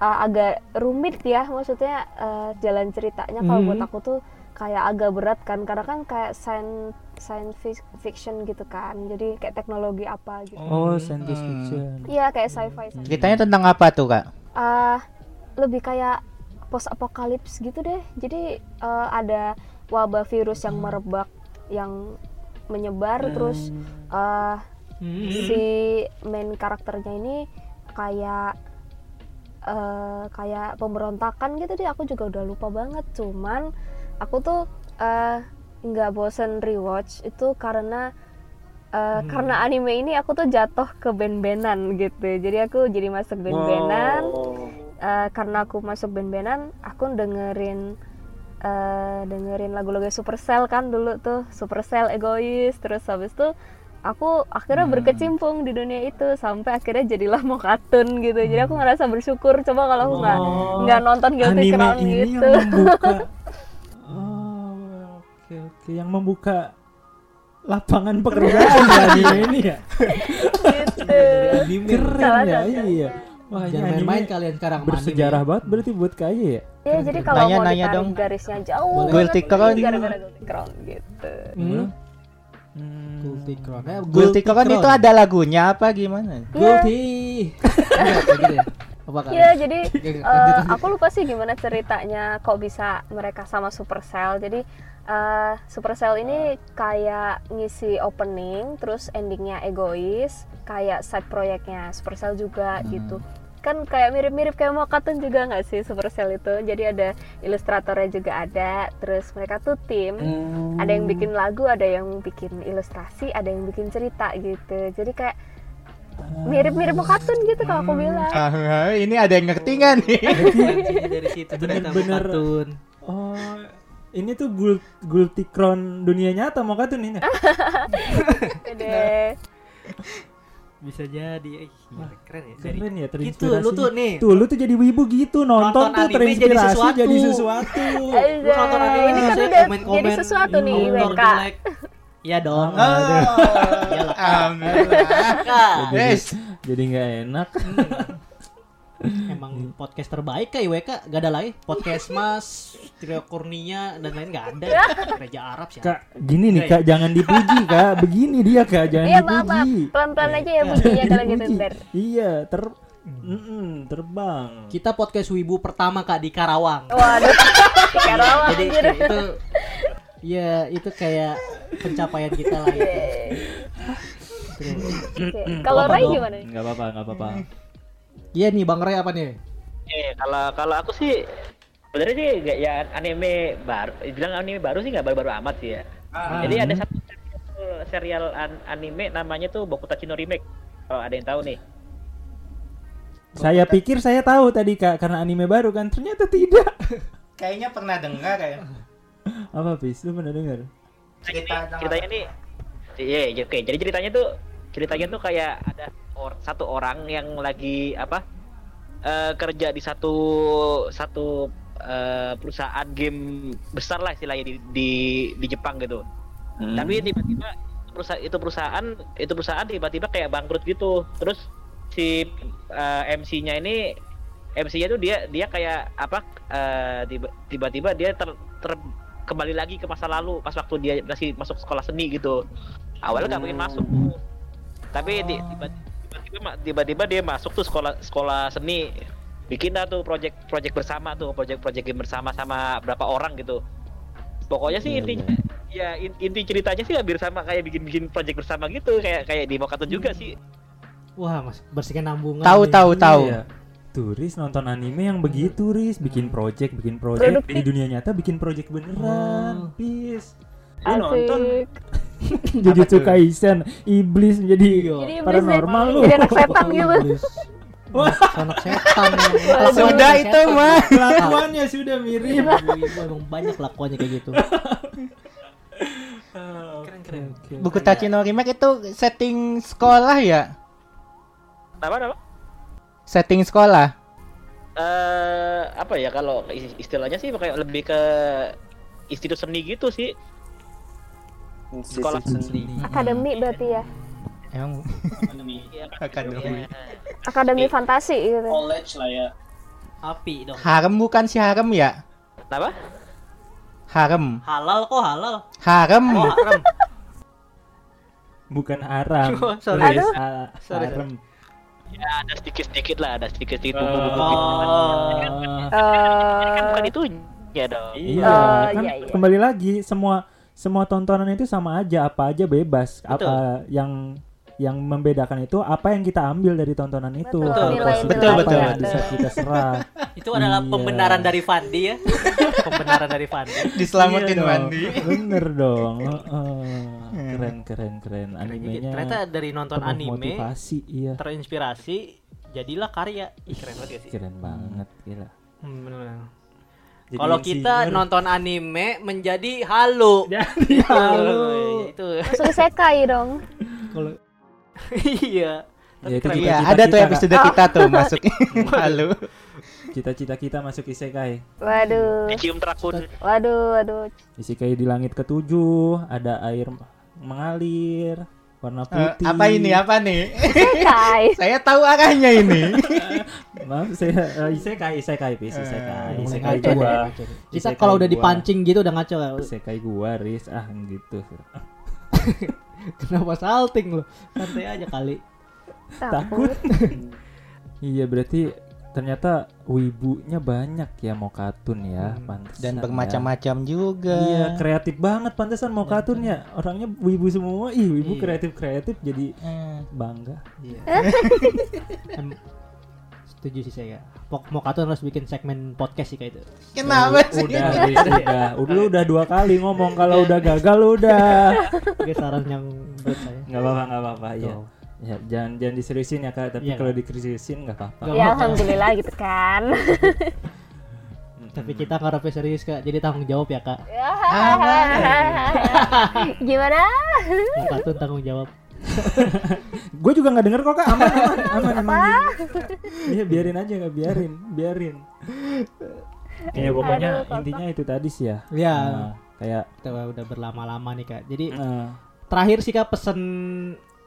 D: uh, agak rumit ya, maksudnya uh, jalan ceritanya kalau buat aku tuh kayak agak berat kan, karena kan kayak science science fic- fiction gitu kan. Jadi kayak teknologi apa gitu.
A: Oh, science fiction.
D: Iya kayak sci-fi. sci-fi.
E: Ceritanya tentang apa tuh, Kak?
D: eh lebih kayak post apokalips gitu deh. Jadi eh, ada wabah virus yang merebak yang menyebar terus eh,
B: Hmm.
D: si main karakternya ini kayak eh, kayak pemberontakan gitu deh. Aku juga udah lupa banget. Cuman aku tuh eh, nggak bosen rewatch itu karena eh, karena anime ini aku tuh jatuh ke band-bandan gitu. Jadi aku jadi masuk band-bandan. Eh, karena aku masuk band-bandan, aku dengerin eh, dengerin lagu-lagu Supercell kan dulu tuh, Supercell egois, terus habis itu aku
A: Hmm.
D: akhirnya berkecimpung di dunia itu sampai akhirnya jadilah mau katun gitu. Jadi aku ngerasa bersyukur coba kalau aku nggak
A: Hmm. Oh,
D: nggak nonton Guilty
A: anime
D: Crown
A: ini
D: gitu. (laughs)
A: yang membuka
B: (laughs)
A: oh oke oke yang membuka lapangan pekerjaan ya anime ini ya
D: gitu.
B: Anime.
A: keren
D: Salah
A: ya
D: satunya.
A: iya wah ini
B: Jangan
A: anime
B: main-main kalian sekarang sama anime.
A: bersejarah banget berarti buat kaya ya
D: Ya, jadi kalau
E: Nanya-
D: mau
E: nanya
D: ditarik
E: dong.
D: garisnya jauh
B: Boleh.
D: banget
E: Guilty
D: nih,
E: Crown.
D: gara-gara Guilty Crown gitu.
B: Hmm?
A: Hmm.
B: Guilty Crown. Eh,
E: Guilty Crown itu ada lagunya apa gimana?
B: Guilty. Iya, kayak gitu ya. Apa kak?
D: Iya, jadi
B: Oke,
D: eh,
B: lanjut, lanjut.
D: aku lupa sih gimana ceritanya kok bisa mereka sama Supercell. Jadi eh, Supercell ini kayak ngisi opening, terus endingnya egois, kayak side proyeknya Supercell juga
B: Hmm.
D: gitu. Kan kayak mirip-mirip kayak mau katun juga nggak sih Supercell itu? Jadi ada ilustratornya juga ada, terus mereka tuh tim.
B: Hmm.
D: Ada yang bikin lagu, ada yang bikin ilustrasi, ada yang bikin cerita gitu. Jadi kayak
B: Hmm.
D: mirip-mirip mau katun gitu kalau aku bilang.
E: Ah, ini ada yang ngerti nggak nih?
B: Jadi dari situ ternyata
A: Bener-bener.
B: Katun.
A: oh ini tuh gul gulti crown dunia nyata mau katun ini
B: Nah,
D: Deh.
B: Bisa jadi. Eh, Keren ya. Dari
A: keren ya
B: Gitu,
A: terinspirasi
B: lu tuh nih.
A: tuh lu tuh jadi wibu gitu nonton, tuh
B: Nonton anime jadi
A: terinspirasi
B: sesuatu.
A: jadi sesuatu,
B: Lu nonton anime
D: ini kan
B: biasanya
D: udah
B: komen-komen,
D: jadi sesuatu nih
B: "Ih,
D: IWK.
B: nonton jelek." Iya dong.
E: Ah. Oh, alhamdulillah.
B: Kak.
E: Yes.
A: jadi nggak enak
B: Mm-hmm. Emang
E: Mm-hmm.
B: podcast terbaik kak IWK gak ada lagi
D: (laughs)
B: podcast Mas Trio Kurnia dan lain gak ada Raja Arab sih
A: Kak, gini nih kak, ya. jangan dipuji kak. Begini dia kak, jangan
D: Iya maaf maaf
A: dipuji. Iya,
D: pelan-pelan aja ya bunyinya
A: Jangan
D: kalau gitu
A: dipuji.
D: ntar.
A: Iya, ter Mm-mm, terbang.
B: Kita podcast Wibu pertama kak di Karawang
D: Waduh, Oh, (laughs) Karawang
B: Jadi
D: anjir.
B: itu Ya itu kayak pencapaian kita lah gitu.
D: Oke, Kalau
B: Apa
D: Rai
B: dong?
D: gimana?
A: Enggak apa-apa, enggak apa-apa.
B: Iya nih Bang Ray apa nih?
C: Eh, kalau kalau aku sih sebenarnya sih nggak ya anime baru, bilang anime baru sih nggak baru-baru amat sih ya.
A: Ah,
C: Jadi ada
A: Hmm.
E: Hmm.
C: satu serial- serial an- anime namanya tuh Bokutachi no Remake. Kalau ada yang tahu nih.
A: Saya pikir saya tahu tadi kak, karena anime baru kan. Ternyata tidak.
E: Kayaknya pernah dengar ya.
A: Apa bis? Lu pernah dengar?
E: Cerita tentang
C: ceritanya nih iya iya, oke jadi ceritanya tuh ceritanya tuh kayak ada or- satu orang yang lagi apa eh, kerja di satu satu eh, perusahaan game besar lah istilahnya di di, di Jepang gitu tapi
H: Iya.
C: tiba-tiba perusahaan itu perusahaan itu perusahaan tiba-tiba kayak bangkrut gitu terus si MC-nya ini MC-nya tuh dia dia kayak apa eh, tiba- tiba-tiba dia ter, ter- kembali lagi ke masa lalu pas waktu dia masih masuk sekolah seni gitu awalnya nggak pengen masuk tuh. tapi di- tiba- tiba-tiba ma- tiba-tiba dia masuk tuh sekolah sekolah seni bikin dah tuh project project bersama tuh project project game bersama sama berapa orang gitu pokoknya sih intinya ya in- inti ceritanya sih hampir sama kayak bikin-bikin project bersama gitu kayak kayak di Mokatun juga sih
B: Wah mas bersihkan nambungan
E: Tahu
B: nih.
E: tahu tahu.
A: Iya. Turis nonton anime yang begitu, Riz. Bikin project, bikin project.
D: Produktif. (laughs)
A: Di dunia nyata bikin project beneran. Bis. Lu nonton
D: Asik.
A: Jujutsu Kaisen, iblis menjadi
B: Iya.
D: Jadi iblis
A: paranormal
D: deh.
A: lu.
D: Jadi anak setan gitu.
A: (laughs)
B: anak setan
E: Sudah itu mah.
B: kelakuannya sudah mirip Iya, emang banyak kelakuannya kayak gitu
A: Keren keren.
E: (laughs) Buku Tachino Remake itu setting sekolah ya?
C: Apa apa?
E: Setting sekolah.
C: Eh, apa ya kalau is- istilahnya sih kayak lebih ke institut seni gitu sih. Sekolah
H: sendiri.
D: Akademi berarti ya.
E: Emang Akademi.
D: Akademi fantasi gitu.
J: college lah ya
B: api dong
E: harem bukan si harem ya?
C: Apa?
E: Harem.
J: halal kok halal
E: Harem.
J: oh haram
A: Bukan haram.
J: Oh, sorry.
A: Tulis,
D: Aduh.
A: ha-
J: Sorry,
A: harem.
C: Ya ada sedikit-sedikit lah, ada sedikit-sedikit buku-buku.
J: oh
C: Kan
D: Eh,
C: bukan itu ya dong.
A: Iya,
D: Oh,
A: kan
D: iya, iya.
A: kembali lagi semua semua tontonan itu sama aja, apa aja bebas. Apa yang yang membedakan itu apa yang kita ambil dari tontonan itu.
D: Betul,
A: Apa
D: nilai-nilai
A: positif,
E: Betul,
A: apa
E: betul,
A: yang
E: betul.
A: bisa kita serap.
J: itu adalah
A: Iya.
J: pembenaran dari Fandi
B: (laughs)
J: ya pembenaran dari Fandi
E: Diselamatin
A: Iya dong,
E: mandi. Iya.
A: Bener dong.
E: (laughs)
A: Heeh. keren keren keren
B: Gitu.
A: animenya.
J: ternyata dari nonton
A: penuh
J: anime
A: Motivasi, iya.
J: terinspirasi jadilah karya Ih, keren banget gak sih
A: Keren banget, gila.
J: Hmm, bener-bener.
A: Jadi
J: kalau kita
A: insinyur.
J: nonton anime menjadi halo
A: (laughs) jadi
B: (laughs)
J: halo
B: Gitu.
J: itu
D: Langsung sekai E dong.
J: iya
A: Ya, itu
E: Iya,
A: cita-cita
E: ada tuh
A: kita,
E: episode kita tuh masuk. Halo.
A: cita-cita kita masuk isekai.
D: Waduh.
C: Dicium terakun.
D: Waduh, waduh.
A: Isekai di langit ketujuh, ada air mengalir, warna
E: Eh,
A: putih.
E: apa ini? Apa nih? Eh,
D: Sekai.
E: Saya tahu arahnya ini.
A: Maaf, saya eh, isekai, isekai, Riz, isekai,
E: Eh,
B: Mulai
A: isekai
B: ngaco
A: gua.
B: deh. kita kalau udah
A: Isekai gua.
B: dipancing gitu udah ngaco ya.
A: Isekai gua, Riz. Ah, gitu.
B: (laughs) kenapa salting lu santai aja kali
A: Takut. (laughs) Iya, berarti ternyata wibunya banyak ya mau katun ya, pantesan
E: (laughs) Dan
A: ya.
E: bermacam-macam juga.
A: Iya, kreatif banget pantesan mau katun ya. Orangnya wibu semua. Ih, wibu kreatif-kreatif jadi
E: Eh,
A: bangga.
B: Iya.
A: Eh?
B: (laughs) Em- setuju sih saya Pok Mokato harus bikin segmen podcast sih kayak itu
E: Kenapa sih?
A: Udah, Riz, udah. Udah lu udah dua kali ngomong kalau udah gagal lu udah.
B: Oke saran yang menurut
D: Ya,
B: saya
A: Enggak apa-apa, enggak apa-apa. Iya.
B: Tuh.
A: Ya, jangan jangan diseriusin ya Kak, tapi
B: Iya,
A: kalau
B: Kak.
A: dikriusin enggak apa-apa.
B: Nggak
D: Ya
B: apa-apa.
D: alhamdulillah gitu kan.
B: tapi kita ngarepnya serius kak jadi tanggung jawab ya kak
D: (laughs) Gimana?
B: Mokato tanggung jawab
A: Gue juga nggak denger kok (laughs) kak, aman aman aman aman. Iya biarin aja nggak biarin, biarin. Ya pokoknya
D: Aduh, Koko.
A: intinya itu tadi sih ya.
B: Iya.
A: Nah, kayak
B: kita udah berlama-lama nih kak jadi
A: eh,
B: terakhir sih kak pesen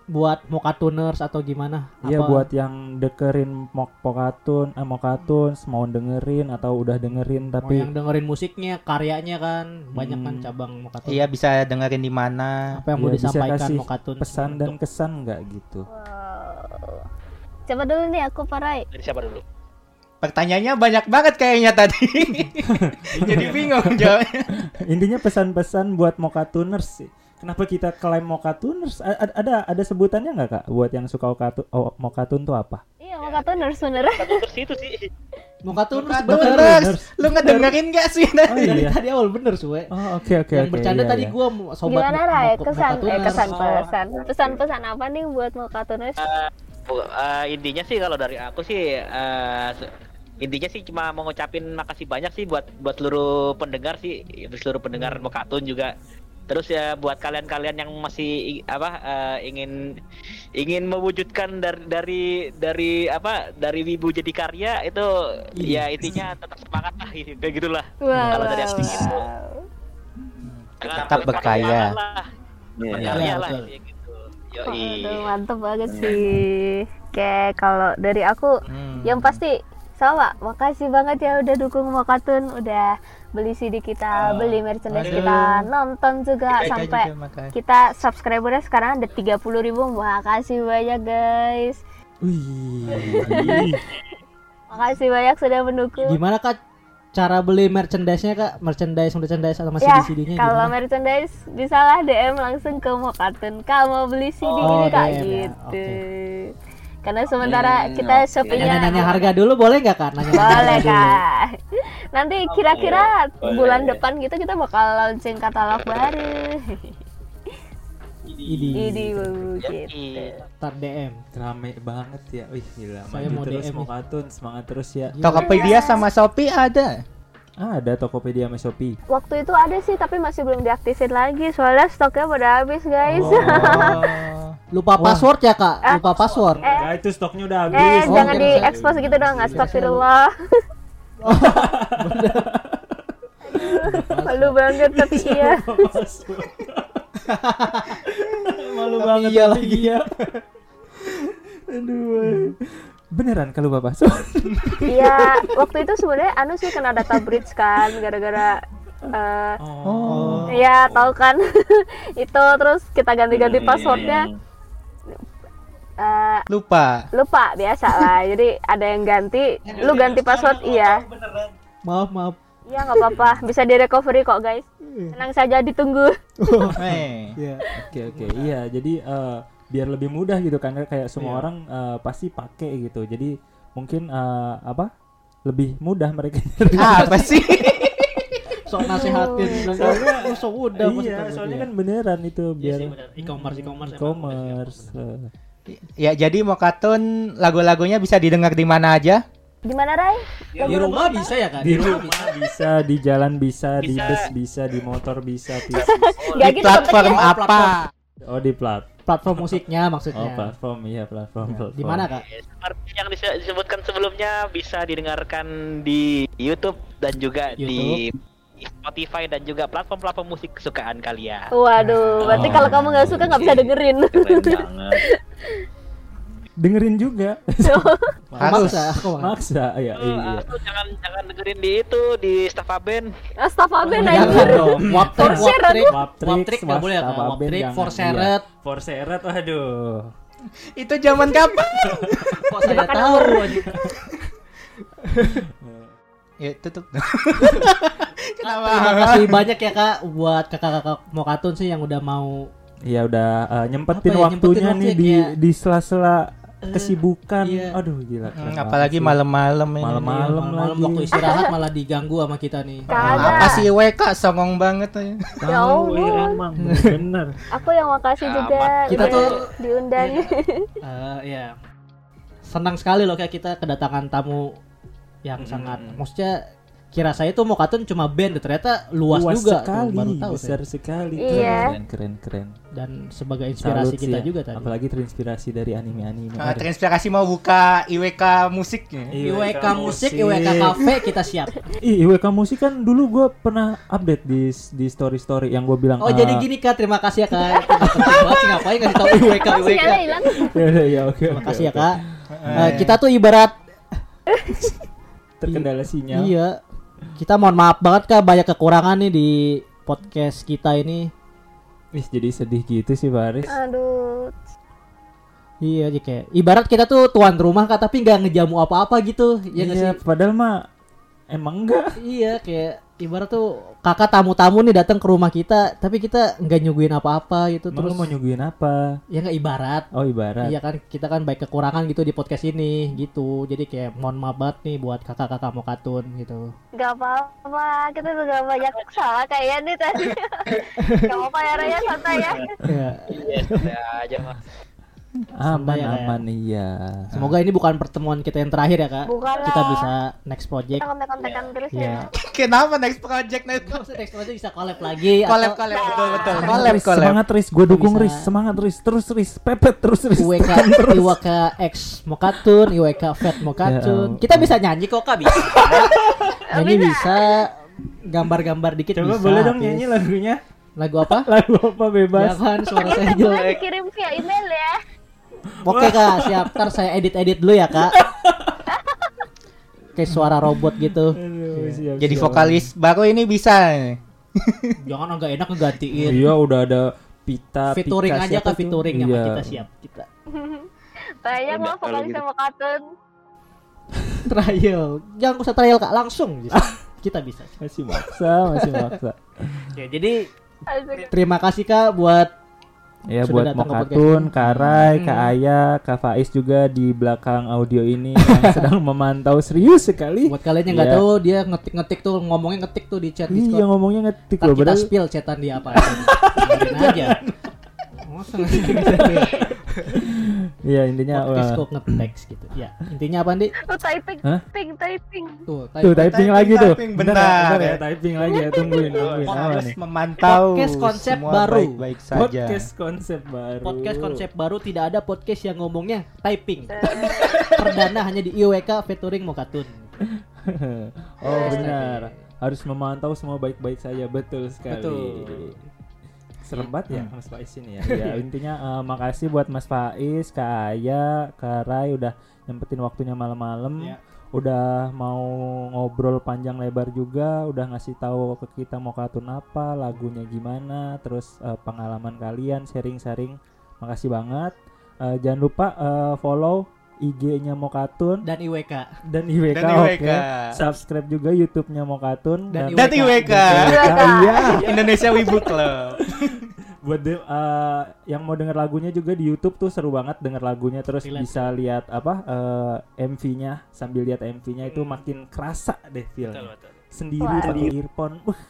B: buat mokatuners atau gimana
A: Iya
B: Apa-
A: buat yang dekerin mok pokatun, eh, mokatun, mau dengerin atau udah dengerin
B: mau
A: tapi
B: yang dengerin musiknya karyanya kan banyak kan
A: Hmm.
B: cabang mokatun
E: Iya bisa dengerin di mana.
B: apa yang mau
A: Iya, bisa
B: disampaikan
A: kasih
B: mokatun
A: pesan dan kesan nggak gitu.
D: Wow. Coba dulu nih aku Parai.
C: Dari siapa dulu?
E: Pertanyaannya banyak banget kayaknya
A: (laughs)
E: tadi. Jadi bingung jawabnya.
A: Intinya pesan-pesan buat mokatuners sih. Kenapa kita klaim mokatuners? A- a- ada ada sebutannya nggak kak? Buat yang suka okatu- o- mokatun tuh apa?
D: Iya mau kata nurse bener.
C: Terus itu Kan sih.
B: mokatuners bener
E: Bener, lu ngedengerin gak sih
A: Oh
E: tadi? (laughs)
B: dari
A: iya.
B: tadi awal bener suwe
A: Oh oke oke.
B: yang
A: oke,
B: bercanda
A: iya,
B: tadi
A: iya.
B: gua mau- sobat
D: Gimana
B: mo-
D: Rai?
B: mo-
D: Kesan eh,
B: mokatuners.
D: kesan pesan. Pesan-pesan apa nih buat mau kata nurse?
C: Bu- eh, intinya sih kalau dari aku sih eh, se- intinya sih cuma mau ngucapin makasih banyak sih buat buat seluruh pendengar sih seluruh pendengar Mekatun juga terus ya buat kalian-kalian yang masih i- apa eh, ingin ingin mewujudkan dari dari dari apa dari wibu jadi karya itu ya intinya tetap semangat lah (laughs) gitu kayak gitulah
D: Wow.
C: Kalau dari aku dikit.
E: Tetap berkarya.
C: Lah,
H: Iya.
C: berkarya
B: Iya,
C: lah
B: betul.
C: kayak gitu
D: Aduh,
C: Yoi.
D: mantep banget sih. Oke, kalau dari aku
E: Hmm.
D: yang pasti sama, makasih banget ya udah dukung Mokatun, udah beli
C: Oh,
D: CD kita, beli merchandise
E: aduh.
D: kita, nonton
C: Iya,
D: juga
E: Saya
D: sampai
E: juga makan.
D: kita subscribernya sekarang ada 30.000 ribu makasih banyak guys
A: Wih.
D: makasih banyak sudah mendukung
B: gimana kak cara beli merchandise-nya kak merchandise merchandise atau masih
D: ya
B: CD-nya
D: kalau
B: gimana?
D: merchandise bisa lah DM langsung ke Mokatun kak mau beli CD
B: Oh,
D: ini kak
B: DM ya,
D: gitu
B: oke.
D: karena sementara
H: Hmm,
D: kita
H: oke.
D: shoppingnya
B: nanya-nanya harga dulu boleh nggak kak nanya
D: iya, boleh kak nanti kira-kira
H: Boleh. Iya,
D: bulan depan gitu kita bakal launching katalog baru
B: Idi.
D: Idi wuh,
C: Yoi.
D: gitu.
H: Iya.
B: Ntar DM.
A: Rame banget ya. Wih, gila.
B: Saya
A: Maju
B: mau
A: terus
B: DM nih.
A: mau katun, semangat terus ya.
D: Iya.
E: Tokopedia sama Shopee ada.
A: Ah, ada Tokopedia sama Shopee.
D: Waktu itu ada sih tapi masih belum diaktifin lagi soalnya stoknya udah habis guys.
B: Oh, Lupa password ya kak? Lupa password.
A: Ya, itu stoknya udah habis.
D: eh
B: Oh,
D: jangan
B: oke,
D: di
B: saya-
D: expose gitu
A: Iya,
D: dong,
B: saya-
D: astagfirullah. (laughs) Malu banget tapi iya.
B: Malu
E: Tapi
B: banget
E: iya
B: tapi
E: lagi.
B: iya.
A: Aduh. Beneran kalau Bapak password?
D: Iya, waktu itu sebenarnya anu sih kena data breach kan gara-gara eh,
A: (laughs) Oh.
D: Iya, tahu kan. (laughs) itu terus kita ganti-ganti passwordnya eh,
E: (laughs) Lupa.
D: lupa biasa lah. Jadi ada yang ganti, lu ganti password iya.
B: (laughs) Maaf maaf.
D: Iya nggak apa-apa, bisa di recovery kok guys. Tenang saja ditunggu.
A: (laughs)
E: Eh.
B: Iya.
A: Oke oke iya jadi eh, biar lebih mudah gitu kan kayak semua orang eh, pasti pakai gitu jadi mungkin eh, apa lebih mudah mereka (laughs)
E: Apa sih? (laughs)
B: Sok nasihatin. Soalnya oh, sok udah.
A: iya
B: ya?
A: soalnya kan beneran
J: Iya
A: itu
J: sih
A: biar Hmm,
J: benar. E-commerce e-commerce. emang
A: e-commerce eh.
E: Ya jadi Mokatun lagu-lagunya bisa didengar di mana aja.
D: Gimana Rai?
B: Di rumah bisa ya kak?
A: di rumah bisa di jalan bisa, di
C: Bisa.
A: bus bisa di motor bisa di
C: Oh,
D: Gak
E: di
D: gitu tapi
E: platform apa?
A: oh di plat
B: Platform musiknya
A: oh
B: maksudnya.
A: platform iya platform, platform.
B: Di mana kak?
C: Seperti yang dise- disebutkan sebelumnya bisa didengarkan di YouTube dan juga di Spotify dan juga platform-platform musik kesukaan kalian.
D: Waduh, berarti kalau kamu nggak suka nggak bisa (laughs) dengerin.
C: Keren banget.
A: dengerin juga
E: Harus.
B: Maksa, aku maksa.
A: maksa ya iya
C: Tuh, jangan jangan dengerin di itu di Stafa Band.
D: Astaghfirullah
B: Jangan
D: anjir.
B: dong. Waptrik,
D: For share,
B: waptrik,
A: Waptrik,
B: waptrik nggak boleh ya kak?
A: swasta, Wapen,
B: Waptrik,
A: jangan,
B: for
A: iya.
B: seret.
A: Forseret, waduh
E: Itu zaman kapan?
B: Kok saya tahu? anjing?
E: ya tutup.
B: Terima
E: Kenapa?
B: kasih banyak ya kak buat kakak-kakak Mokatun sih yang udah mau
A: Iya udah eh, nyempetin
B: Apa ya,
A: waktunya
B: nyempetin
A: nih
B: waktunya
A: di
B: kayak- Eh,
A: di sela-sela kesibukan.
B: iya.
A: Aduh gila.
E: Hmm,
A: keren
E: apalagi
A: banget sih.
E: malam-malam ini.
A: Malam-malam
B: malam-malam
A: lagi.
B: waktu istirahat malah diganggu sama kita nih.
E: Apa
D: Kagak.
E: sih WK songong banget ya.
A: Tahu,
D: Ya Allah.
A: iya, emang bener.
D: Aku yang makasih juga
B: Kita
D: udah
B: tuh-
D: diundang.
B: Eh, ya.
A: iya.
B: Senang sekali loh kayak kita kedatangan tamu yang sangat maksudnya kira saya tuh Mokatun cuma band ternyata luas,
A: Luas Ah,
B: juga tuh,
A: sekali,
B: baru tahu
A: besar
B: saya.
A: sekali.
D: Iya.
A: Keren keren keren.
B: dan sebagai
A: Salut
B: inspirasi
A: sih
B: kita
A: ya.
B: juga tadi. Ah,
A: Apalagi terinspirasi dari anime-anime.
E: Nah,
A: Aduh.
E: terinspirasi mau buka IWK musiknya.
B: IWK musik, IWK cafe kita
A: (laughs)
B: siap.
A: Ih, IWK musik kan dulu gue pernah update di di story story yang gue bilang.
B: Oh
A: eh,
B: jadi
A: (laughs)
B: gini Kak, terima kasih ya Kak. Itu nggak penting banget sih, ngapain kasih tahu IWK IWK.
D: Sinyalnya hilang.
A: Ya udah, ya oke.
B: Terima
A: oke,
B: kasih ya
A: oke.
B: Kak. Eh, kita tuh ibarat
A: Terkendala sinyal.
B: Iya. Kita mohon maaf banget Kak banyak kekurangan nih di podcast kita ini.
A: Wih, jadi sedih gitu sih Baris.
D: Aduh.
B: Iya, jadi kayak ibarat kita tuh tuan rumah Kak tapi nggak ngejamu apa-apa gitu. Iya nggak
A: Iya,
B: sih?
A: padahal mah emang enggak.
B: Iya, kayak ibarat tuh kakak tamu-tamu nih datang ke rumah kita tapi kita nggak nyuguhin apa-apa gitu
A: Terus
B: terus
A: mau nyuguhin apa?
B: ya nggak ibarat
A: Oh ibarat.
B: Iya kan kita kan baik kekurangan gitu di podcast ini gitu. Jadi kayak mohon maaf banget nih buat kakak-kakak mau katun gitu.
D: Gak apa-apa, kita tuh gak banyak salah kayaknya nih tadi (laughs) Gak apa-apa ya Raya, santai ya
A: (laughs)
B: Ya,
C: Iya, sudah aja mah.
A: aman
B: Santai ya, Kak, ya.
A: aman iya.
B: semoga ini bukan pertemuan kita yang terakhir ya, Kak.
D: Bukan
B: Kita
D: lah.
B: bisa next project.
D: Kita kontak-kontakan terus
B: Ya.
D: ya
E: Kenapa next project next project?
B: Next project bisa collab lagi Iya,
E: Collab
B: atau
E: collab betul betul.
A: Semangat,
E: Collab
A: Riz.
E: collab.
A: Iya, Semangat Riz, gue dukung
B: Bisa. kan
A: Riz. Semangat Riz, terus Riz, pepet (laughs) terus Riz.
B: IWK IWK X Mokatun, IWK Fat Mokatun.
A: Ya.
B: Kita bisa nyanyi kok, Kak, bisa.
A: (laughs)
B: nyanyi bisa gambar-gambar dikit
A: Coba
B: bisa.
A: boleh dong
B: habis.
A: nyanyi lagunya.
B: Lagu apa?
A: (laughs) Lagu apa bebas?
B: Jangan suara saya
D: Boleh
B: jelek.
D: dikirim via email ya
B: Oke kak, siap. Ntar saya edit-edit dulu ya kak. Kayak suara robot gitu.
A: Aduh, siap,
E: Jadi
A: siap.
E: vokalis baru ini bisa.
B: Jangan agak enak ngegantiin.
A: Iya udah ada Pita,
B: gitu.
A: Pika,
B: Featuring aja
A: siapa
B: kak,
A: tuh?
B: featuring sama
A: Iya.
B: kita siap. Kita
D: Banyak
H: Udah,
D: mau
H: kalau
D: vokalis
H: gitu.
D: sama katun
B: trial. Jangan usah trial kak, langsung.
A: (laughs)
B: bisa. Kita bisa.
A: Masih maksa, masih
B: (laughs)
A: maksa.
J: Ya jadi
D: Asik.
B: Terima kasih kak buat
A: Ya
B: Sudah
A: buat
B: datang ke
A: Mokatun,
B: podcast ini. Hmm.
A: Karai, Kak Aya, Kak Faiz juga di belakang audio ini
B: (laughs)
A: yang sedang memantau serius sekali.
B: buat kalian yang nggak
A: Iya.
B: tahu dia ngetik-ngetik tuh ngomongnya ngetik tuh di chat
A: Iya
B: Discord.
A: ngomongnya ngetik
B: Ntar
A: loh,
B: kita
A: padahal
B: spill chatan dia apa aja. Dengerin aja. Oh,
A: Iya intinya
B: Podcast
A: wah.
B: kok ngeteks gitu. Ya, intinya apa, Dik?
D: Oh,
G: Tuh typing,
A: Hah?
G: typing, typing.
B: Tuh,
A: Tuh typing lagi tuh.
E: typing,
A: Bentar,
E: bentar
A: bentar ya
E: ya.
A: typing lagi ya tungguin tungguin apa
E: harus
A: nih?
E: memantau
B: Podcast konsep
E: semua
B: baru.
E: baik-baik saja.
A: Podcast konsep baru.
B: Podcast konsep baru tidak ada podcast yang ngomongnya typing. Perdana hanya di IWK featuring Mokatun.
A: oh benar. Harus memantau semua baik-baik saja betul sekali.
B: Betul. Iya,
A: Serem banget ya Mas Faiz ini ya. Ya (laughs) intinya eh, makasih buat Mas Faiz, Kak Aya, Kak Rai udah nyempetin waktunya malam-malam.
B: Iya.
A: Udah mau ngobrol panjang lebar juga, udah ngasih tahu ke kita mau kartun apa, lagunya gimana, terus eh, pengalaman kalian sharing-sharing. Makasih banget. Eh, jangan lupa eh, follow IG-nya Mokatun
B: Dan IWK.
A: dan IWK,
E: Dan
A: oke.
E: IWK.
A: Subscribe juga YouTube-nya Mokatun
B: Dan
E: Dan IWK
A: Iya.
E: Indonesia Wibu Club
A: Buat de- eh, yang mau denger lagunya juga di YouTube tuh seru banget denger lagunya terus
B: Relate.
A: bisa lihat apa eh, MV-nya sambil lihat MV-nya itu makin kerasa deh feel
J: Betul, betul.
A: sendiri
D: Wah.
A: pakai earphone. Wah.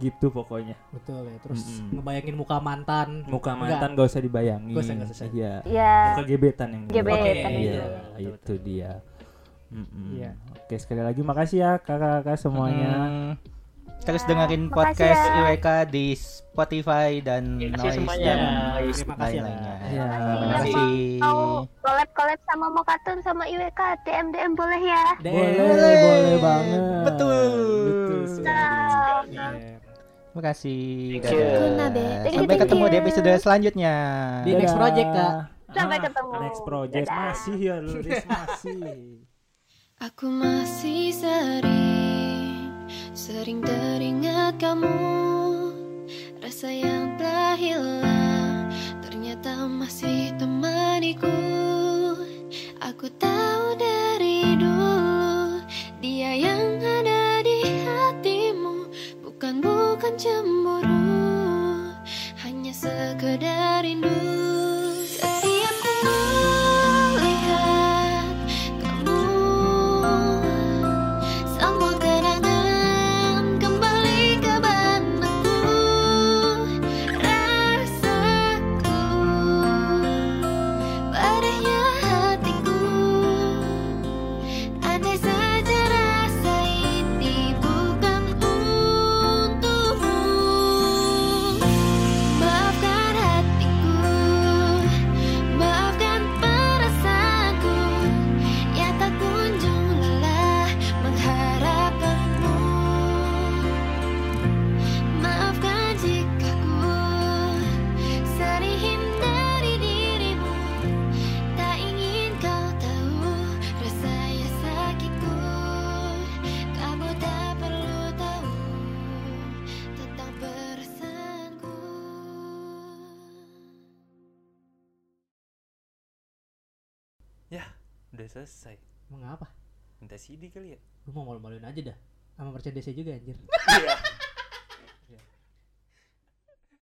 A: gitu pokoknya.
B: Betul ya. Terus
A: Mm-mm.
B: ngebayangin muka mantan.
A: Muka
B: Enggak.
A: mantan gak usah dibayangin.
B: Gak usah, gak usah.
A: Iya.
D: Ya.
A: Muka gebetan yang dibayangin.
D: Gebetan
A: Iya,
D: itu.
J: Betul,
A: itu dia. Mm-mm.
B: Iya.
A: Oke sekali lagi makasih ya kakak-kakak semuanya.
E: Hmm. Terus dengerin
D: makasih
E: podcast
D: ya.
E: IWK di Spotify dan
C: Terima kasih
E: Noise
C: semuanya.
E: dan
B: Terima kasih ya.
E: lain-lainnya.
A: Iya.
E: Terima kasih.
G: Mau collab-collab sama Mokatun sama IWK, DM-DM boleh ya.
B: DM.
A: Boleh, boleh banget. Gitu
E: Betul.
A: Betul sekali.
G: Nah,
E: Terima kasih.
C: Thank you.
E: Dadah.
D: Thank you,
E: Sampai
D: thank
E: ketemu di
D: you.
E: episode selanjutnya.
B: Di next
A: Dadah.
B: project, Kak.
G: Sampai
A: Ah,
G: ketemu.
A: Next project
G: Dadah.
A: masih ya lu Riz, masih.
F: Aku masih sering, sering teringat kamu Rasa yang telah hilang, ternyata masih temaniku Aku tahu dari dulu, dia yang ada di hatimu Bukan, bukan cemburu, hanya sekedar rindu Setiap ku melihat kamu Semua kenangan kembali ke benakku Rasaku Padahnya hatiku Andai saja rasa ini bukan untukmu Maafkan hatiku, maafkan perasaanku yang tak kunjung lelah mengharapkanmu. Maafkan jika ku sering hindari dirimu, tak ingin kau tahu rasanya sakitku. Kamu tak perlu tahu tentang perasaanku.
J: Udah selesai.
B: Mengapa?
J: Minta CD kali ya?
B: Lu mau malu-maluin aja dah. Sama merchandise juga anjir.